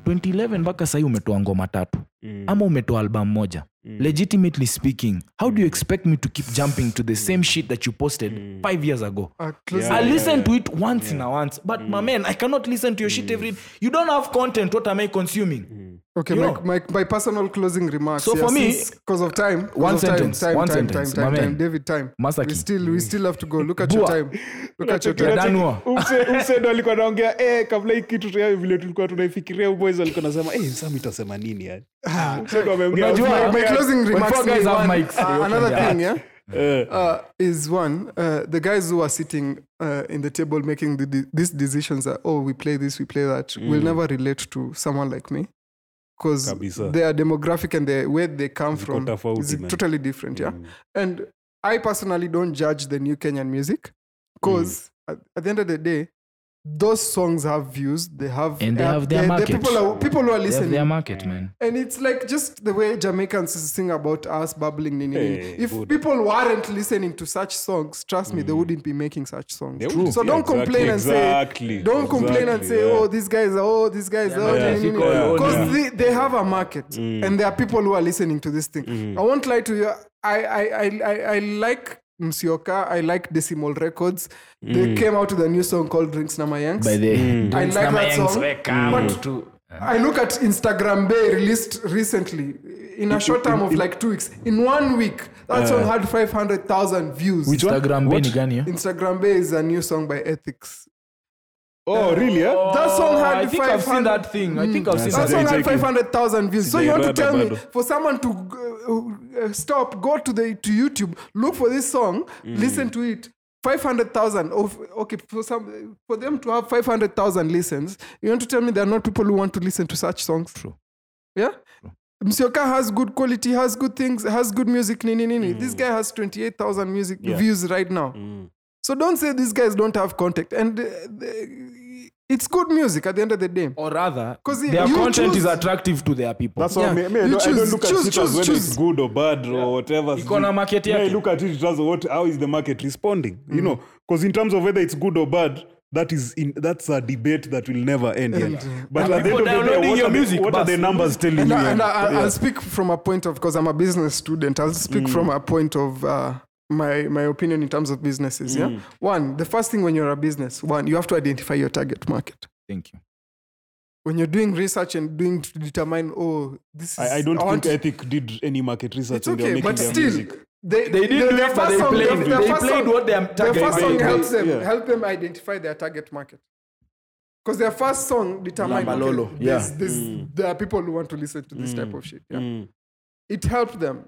S2: 2011 mpaka sahii umetoa ngoma tatu
S3: Mm.
S2: ama umetoa album moja
S3: Mm.
S2: legitimately speaking how do you
S3: Hmm.
S2: expect me to keep jumping to the same shit that you posted five years ago
S1: At least
S3: Yeah,
S2: I
S3: yeah, Mm.
S2: listen to it once in a once, but my man, I cannot listen to your shit every. You don't have content. What am I consuming?
S3: Mm.
S1: Okay,
S2: You
S1: my,
S2: know.
S1: my, my personal closing remarks.
S2: So for me-
S1: because of time, 'cause
S2: One
S1: of time,
S2: sentence,
S1: time,
S2: one
S1: time,
S2: sentence,
S1: time, time,
S2: my
S1: time,
S2: man.
S1: David, time.
S2: Master
S1: we
S2: Key.
S1: still, we still have to go. Look at your
S2: Bua.
S1: time. Look at your time.
S2: That- Danua.
S3: Mse- mse ndo alikuwa naongea eh, kabla hii kitu tuyawe vile tulikuwa tunaifikiria huyu boys alikuwa nasema eh, Sam itasema nini yani Mse ndo ameongea-
S2: Ah. Unajua,
S1: My, my closing
S2: When
S1: remarks.
S2: four guys
S1: is
S2: have
S1: one,
S2: mics,
S1: uh,
S2: they
S1: another
S2: open their
S1: thing, yeah,
S3: Eh,
S1: uh, is one. Uh, the guys who are sitting uh, in the table making the de- these decisions that oh we play this, we play that,
S3: Mm.
S1: will never relate to someone like me. Because
S3: Kabisa.
S1: their demographic and the where they come
S3: Ziko
S1: from
S3: tofauti,
S1: is
S3: man.
S1: totally different. Yeah. And I personally don't judge the new Kenyan music
S2: Hmm.
S1: because at, at the end of the day, those songs have views. They have
S2: And they
S1: uh,
S2: have their
S1: the,
S2: market.
S1: The people, are, people who are
S2: They have
S1: listening,
S2: their market, man.
S1: and it's like just the way Jamaicans sing about us babbling. Nini, nini.
S3: Hey,
S1: if
S3: good. Mm.
S1: people weren't listening to such songs, trust me, they wouldn't be making such songs.
S3: They wouldn't.
S1: So
S3: Yeah,
S1: don't
S3: exactly,
S1: complain and say.
S3: exactly,
S1: Don't complain and
S3: exactly,
S1: say,
S3: yeah.
S1: "Oh, these guys are, oh, these guys are."
S3: Yeah,
S1: Because
S3: yeah, yeah. Mm.
S1: they, they have a market, and there are people who are listening to this thing. I won't lie to you. I, I, I, I, I like Msioka. I like Decimal Records.
S3: Mm.
S1: They came out with a new song called "Drinks Nama Yanks."
S2: By the
S1: I like that song. But I look at Instagram Bay released recently in a short time of like two weeks. In one week, that song had 500,000 views.
S3: Uh, Which one?
S2: Instagram
S3: What?
S2: Benny Gania.
S1: Instagram Bay is a new song by Ethics.
S3: Oh, really, yeah?
S1: That song had
S2: Oh, I think I've seen
S1: 500
S2: that thing. I think I've seen
S1: That
S2: that.
S3: Sijai
S1: song had
S3: check it.
S1: 500,000 views. So you want to
S3: Bado,
S1: tell me
S3: bado.
S1: for someone to uh, uh, stop, go to the to YouTube, look for this song, listen to it. 500,000 of okay for some for them to have 500,000 listens. You want to tell me there are not people who want to listen to such songs?
S2: True.
S1: Yeah? Msioka has good quality, has good things, has good music. Nini, nini. This guy has 28,000 music views right now. So don't say these guys don't have contact. And uh, the- it's good music at the end of the day.
S2: Or rather,
S1: 'Cause
S2: their
S1: you
S2: content
S1: choose-
S2: is attractive to their people.
S3: That's why
S1: Yeah.
S3: me, me, I
S1: You
S3: don't- I
S1: choose-
S3: don't look
S1: choose-
S3: at it as
S1: choose-
S3: whether it's
S1: choose.
S3: good or bad or whatever.
S2: Iko na
S3: sijui.
S2: market
S3: Me, I
S2: yake.
S3: look at it as oh, what how is the market responding?
S1: Mm.
S3: You know, because in terms of whether it's good or bad, that is in that's a debate that will never end. yeah. But
S1: uh,
S2: Are
S3: at the
S2: people
S3: end of the day,
S2: downloading
S3: what,
S2: your
S3: are
S2: music,
S3: the, what are
S2: bas?
S3: the numbers telling
S1: And,
S3: you?
S1: I, and uh,
S3: yeah?
S1: I,
S3: Yeah. Mm.
S1: I'll speak from a point of because I'm a business student. I'll speak from a point of uh, my my opinion in terms of businesses.
S3: Mm.
S1: Yeah. One, the first thing when you're a business, one, you have to identify your target market.
S2: Thank you.
S1: When you're doing research and doing to determine, oh, this is
S3: I, I don't
S1: want
S3: think Ethic did any market research
S1: it's
S3: when they were
S1: okay,
S3: making
S1: but
S3: their
S1: still.
S3: music.
S1: They,
S2: They didn't do
S1: their
S2: it, but
S1: first
S2: they
S1: song-
S2: played.
S1: their
S2: They
S1: first
S2: played
S1: song-
S2: what their
S1: Their
S2: target
S1: first song
S3: market-
S1: helps them
S3: yeah.
S1: help them identify their target market. Because their first song determined okay,
S2: Lambalolo,
S1: this-
S2: yeah.
S1: this- there are people who want to listen to
S3: Mm.
S1: this type of shit. Yeah. It helped them.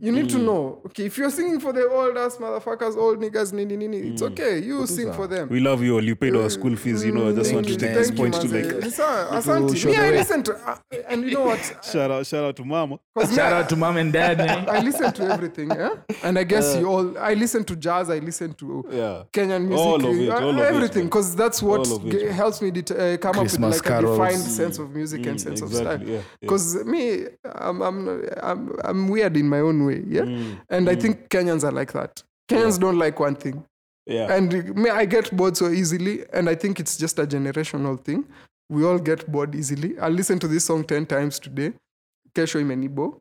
S1: You need
S3: Mm.
S1: to know, okay, if you're singing for the old ass motherfuckers, old niggas, nini, nini, it's
S3: Mm.
S1: okay. You sing for them.
S3: We love you all. You paid our school fees. You know, I just want to
S1: Uh, mm, Thank
S3: take
S1: you,
S3: this
S1: thank
S3: point
S1: you,
S3: to
S1: Manze.
S3: make
S1: It's, uh, Asante.
S2: show
S1: Me,
S2: the
S1: I
S2: way.
S1: listen to, uh, and you know what?
S3: shout out, shout out to Mama.
S1: 'Cause me,
S2: Shout out to mom and dad. eh? man.
S1: I listen to everything, yeah? And I guess you all, I listen to jazz, I listen to
S3: Yeah.
S1: Kenyan music,
S3: All of it,
S1: uh,
S3: all of it,
S1: everything,
S3: man.
S1: because that's what
S3: All of it,
S1: ge-
S3: man.
S1: helps me det- uh, come
S2: Christmas
S1: up with like
S2: carols.
S1: a defined sense of music and sense of
S3: Mm, exactly,
S1: style.
S3: yeah, yeah.
S1: Because me, I'm, I'm, I'm, I'm weird in my own way, yeah?
S3: Mm,
S1: And I think Kenyans are like that. Kenyans don't like one thing.
S3: Yeah.
S1: And me, I get bored so easily, and I think it's just a generational thing. We all get bored easily. I listen to this song 10 times today. Kesho imenibo.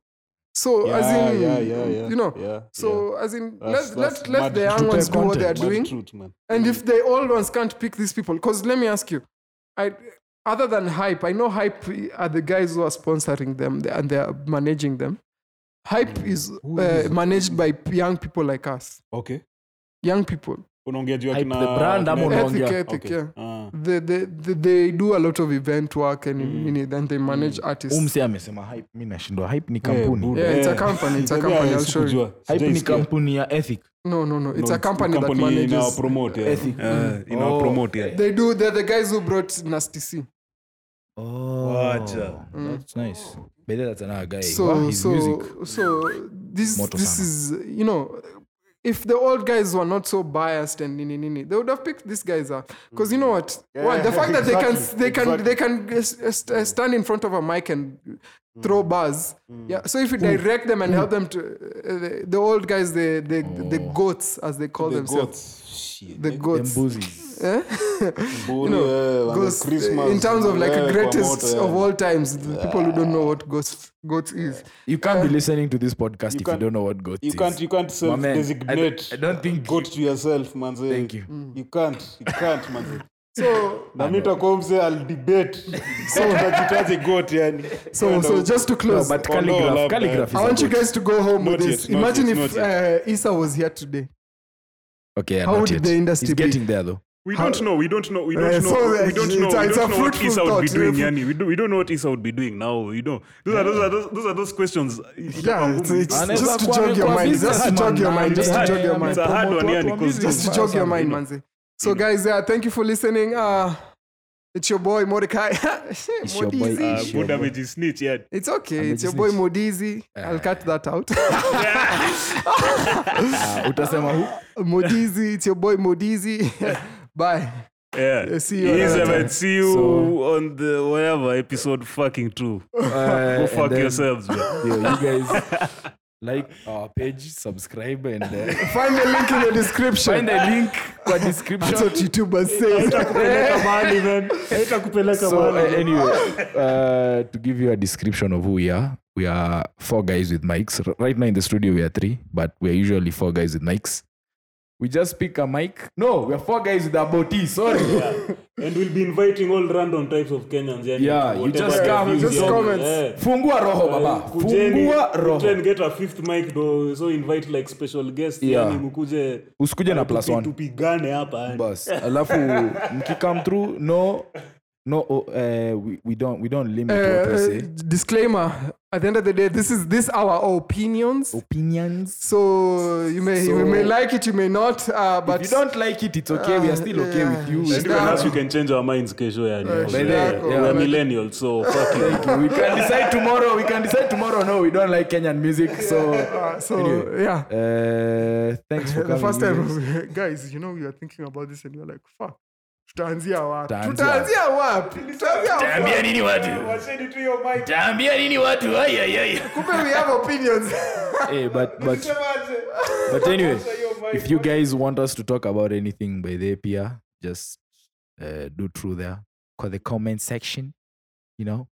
S1: So,
S3: yeah,
S1: as in,
S3: yeah, yeah, yeah,
S1: you know,
S3: yeah, yeah.
S1: so as in,
S3: That's-
S1: let, let,
S3: that's
S1: let
S3: mad
S1: the young
S3: truth.
S1: ones do what they are
S2: Mad
S3: Mad
S1: doing.
S3: truth, man.
S1: And if the old ones can't pick these people, because let me ask you, I, other than hype, I know hype are the guys who are sponsoring them and they are managing them. Hype is
S3: Hmm. Who
S1: uh,
S3: is-
S1: managed by p- young people like us,
S3: Okay.
S1: young people.
S3: Unaongea juu ya
S2: Hype
S3: kina-
S2: the brand ama
S3: kina-
S2: unaongea-
S1: Ethic,
S2: yeah,
S1: ethic,
S3: Okay.
S1: yeah.
S3: Ah.
S1: They, they, they, they do a lot of event work and mm. then they manage artists.
S2: Umse amesema hype. Mimi nashindwa hype ni kampuni.
S1: Yeah, it's a
S3: Eh,
S1: company, it's a
S3: maybe
S1: company,
S3: I
S1: I'll show you.
S3: sikujua.
S2: Hype ni
S3: Sijaisikia.
S2: kampuni ya ethic.
S1: No, no, no. It's
S3: No,
S1: a company,
S3: company
S1: that
S3: inayo
S1: manages.
S3: promote, yeah.
S2: Ethic.
S3: Eh, inayo
S2: Oh.
S3: promote, yeah.
S1: They do. They're the guys who brought Nasty C.
S2: Oh,
S3: Wacha.
S2: that's nice. But that's another guy.
S1: so
S2: Wow, his
S1: so
S2: music.
S1: so this
S2: Moto
S1: this
S2: sana.
S1: is you know if the old guys were not so biased and nini nini they would have picked these guys up because you know what One, the fact that they can they can they can uh, st- uh, stand in front of a mic and throw bars yeah so if you direct them and help them to uh, the,
S2: Oh.
S1: the old guys the the, the goats as they call
S3: The
S1: themselves
S3: goats. Shit.
S1: the
S3: Eh,
S1: goats
S2: Them boozies.
S1: eh? you know, ghosts, in terms of like greatest of all times, the people who don't know what ghost goats is.
S2: You can't
S1: Eh?
S2: be listening to this podcast if you
S5: can't-
S2: don't know what God
S5: you
S2: is.
S5: can't you can't
S2: My
S5: self
S2: man, I,
S5: designate
S2: don't- I don't think
S5: goat to yourself manze Mm.
S2: Thank you.
S5: you can't you can't manze
S1: So,
S5: na mi takuwa mzee i'll debate so unajitaje goat yani
S1: so, so just to
S2: No,
S1: close,
S2: but
S5: Oh, no,
S2: calligraph,
S5: love,
S2: calligraph is
S1: I want
S2: a
S1: you
S2: goat.
S1: guys to go home
S5: Not
S1: with this.
S5: yet, not
S1: Imagine
S5: yet,
S1: if
S5: not
S1: uh, Issa was here today.
S2: Okay, yeah,
S1: How
S2: not
S1: would
S2: yet.
S1: the industry
S2: He's
S1: be?
S2: getting there though.
S3: We
S1: How-
S3: don't know. We don't know. We
S5: Eh,
S1: Uh,
S3: don't know.
S1: so
S3: we don't
S1: it's-
S3: know.
S1: it's
S3: we
S1: a
S3: don't know what
S1: fruitful
S3: Isa would be
S1: thought.
S3: doing. Yani. We, do, we don't know what Isa would be doing now. We don't. Those are those are those, those are those questions.
S1: Yeah, it's, it's
S2: Anaweza
S1: just to
S2: kuwa
S1: jog your
S2: amekuwa
S1: mind. Just to
S2: businessman
S1: jog your
S2: na
S1: mind. Just to
S2: ame-
S1: jog your mind.
S3: It's a hard
S2: amepromote
S3: one, yeah,
S2: watu wa
S3: because-
S2: business.
S1: Just to jog your mind, manze. So guys, yeah, thank you for listening. Uh, it's your boy Mordecai. it's
S2: your boy, uh,
S3: Good damage is snitch. Yeah.
S1: It's okay.
S2: I'm a
S1: it's your boy
S2: business.
S1: Modizi. I'll
S2: Uh.
S1: cut that out.
S2: Ah, utasema hu
S1: Modizi. It's your boy Modizi. Bye.
S3: Yeah.
S1: See you
S3: Yes,
S1: another
S3: I
S1: time.
S3: might see you
S2: So-
S3: on the whatever episode fucking two.
S2: Uh,
S3: Go
S2: and
S3: fuck
S2: then,
S3: yourselves, man.
S2: yo, you guys like our page, subscribe, and uh,
S1: Find the link in the description.
S2: find a link for
S1: That's
S2: description.
S1: what YouTubers say.
S2: so uh, anyway, uh, to give you a description of who we are, we are four guys with mics. R- Right now in the studio we are three, but we are usually four guys with mics. We just pick a mic. No, we are four guys with a boti. Sorry.
S5: and we'll be inviting all random types of kenyans yani
S2: Yeah, you
S5: whatever
S2: just
S5: their
S2: come,
S5: views,
S1: just
S5: yani.
S1: comments.
S5: Eh.
S2: Fungua roho baba.
S5: Kujeni,
S2: Fungua
S5: try and
S2: roho.
S5: get a fifth mic do so invite like special guests
S2: Yeah.
S5: yani mkuje
S2: Usikuje na plus
S5: tupi-
S2: one.
S5: tupigane hapa yani.
S2: bus alafu mkicome through no no uh, we, we don't we don't limit what we
S1: Uh,
S2: say
S1: disclaimer at the end of the day this is this our opinions
S2: opinions
S1: so you may you
S2: So-
S1: may like it you may not uh,
S2: but
S1: but Ah,
S2: if you don't like it it's okay we are still okay with you
S1: Yeah.
S2: We
S5: And
S2: can-
S5: even us, you can change our minds kesho yani
S1: by
S2: the way,
S5: we're
S2: yeah.
S5: millennials so fuck you.
S2: we can decide tomorrow we can decide tomorrow no we don't like kenyan music so
S1: uh, so
S2: anyway.
S1: yeah
S2: uh, thanks for
S1: the
S2: coming
S1: first
S2: in.
S1: time guys you know you are thinking about this and you're like fuck tutaanzia wapi
S2: Tutaanzia.
S1: tutaanzia wapi tutaanzia wapi
S2: Taambia nini watu taambia nini watu Ai, ai, ai.
S1: kumbe we have opinions
S2: hey, but but but anyway, if you guys want us to talk about anything by the pia, just uh, do through there, call the comment section. You know,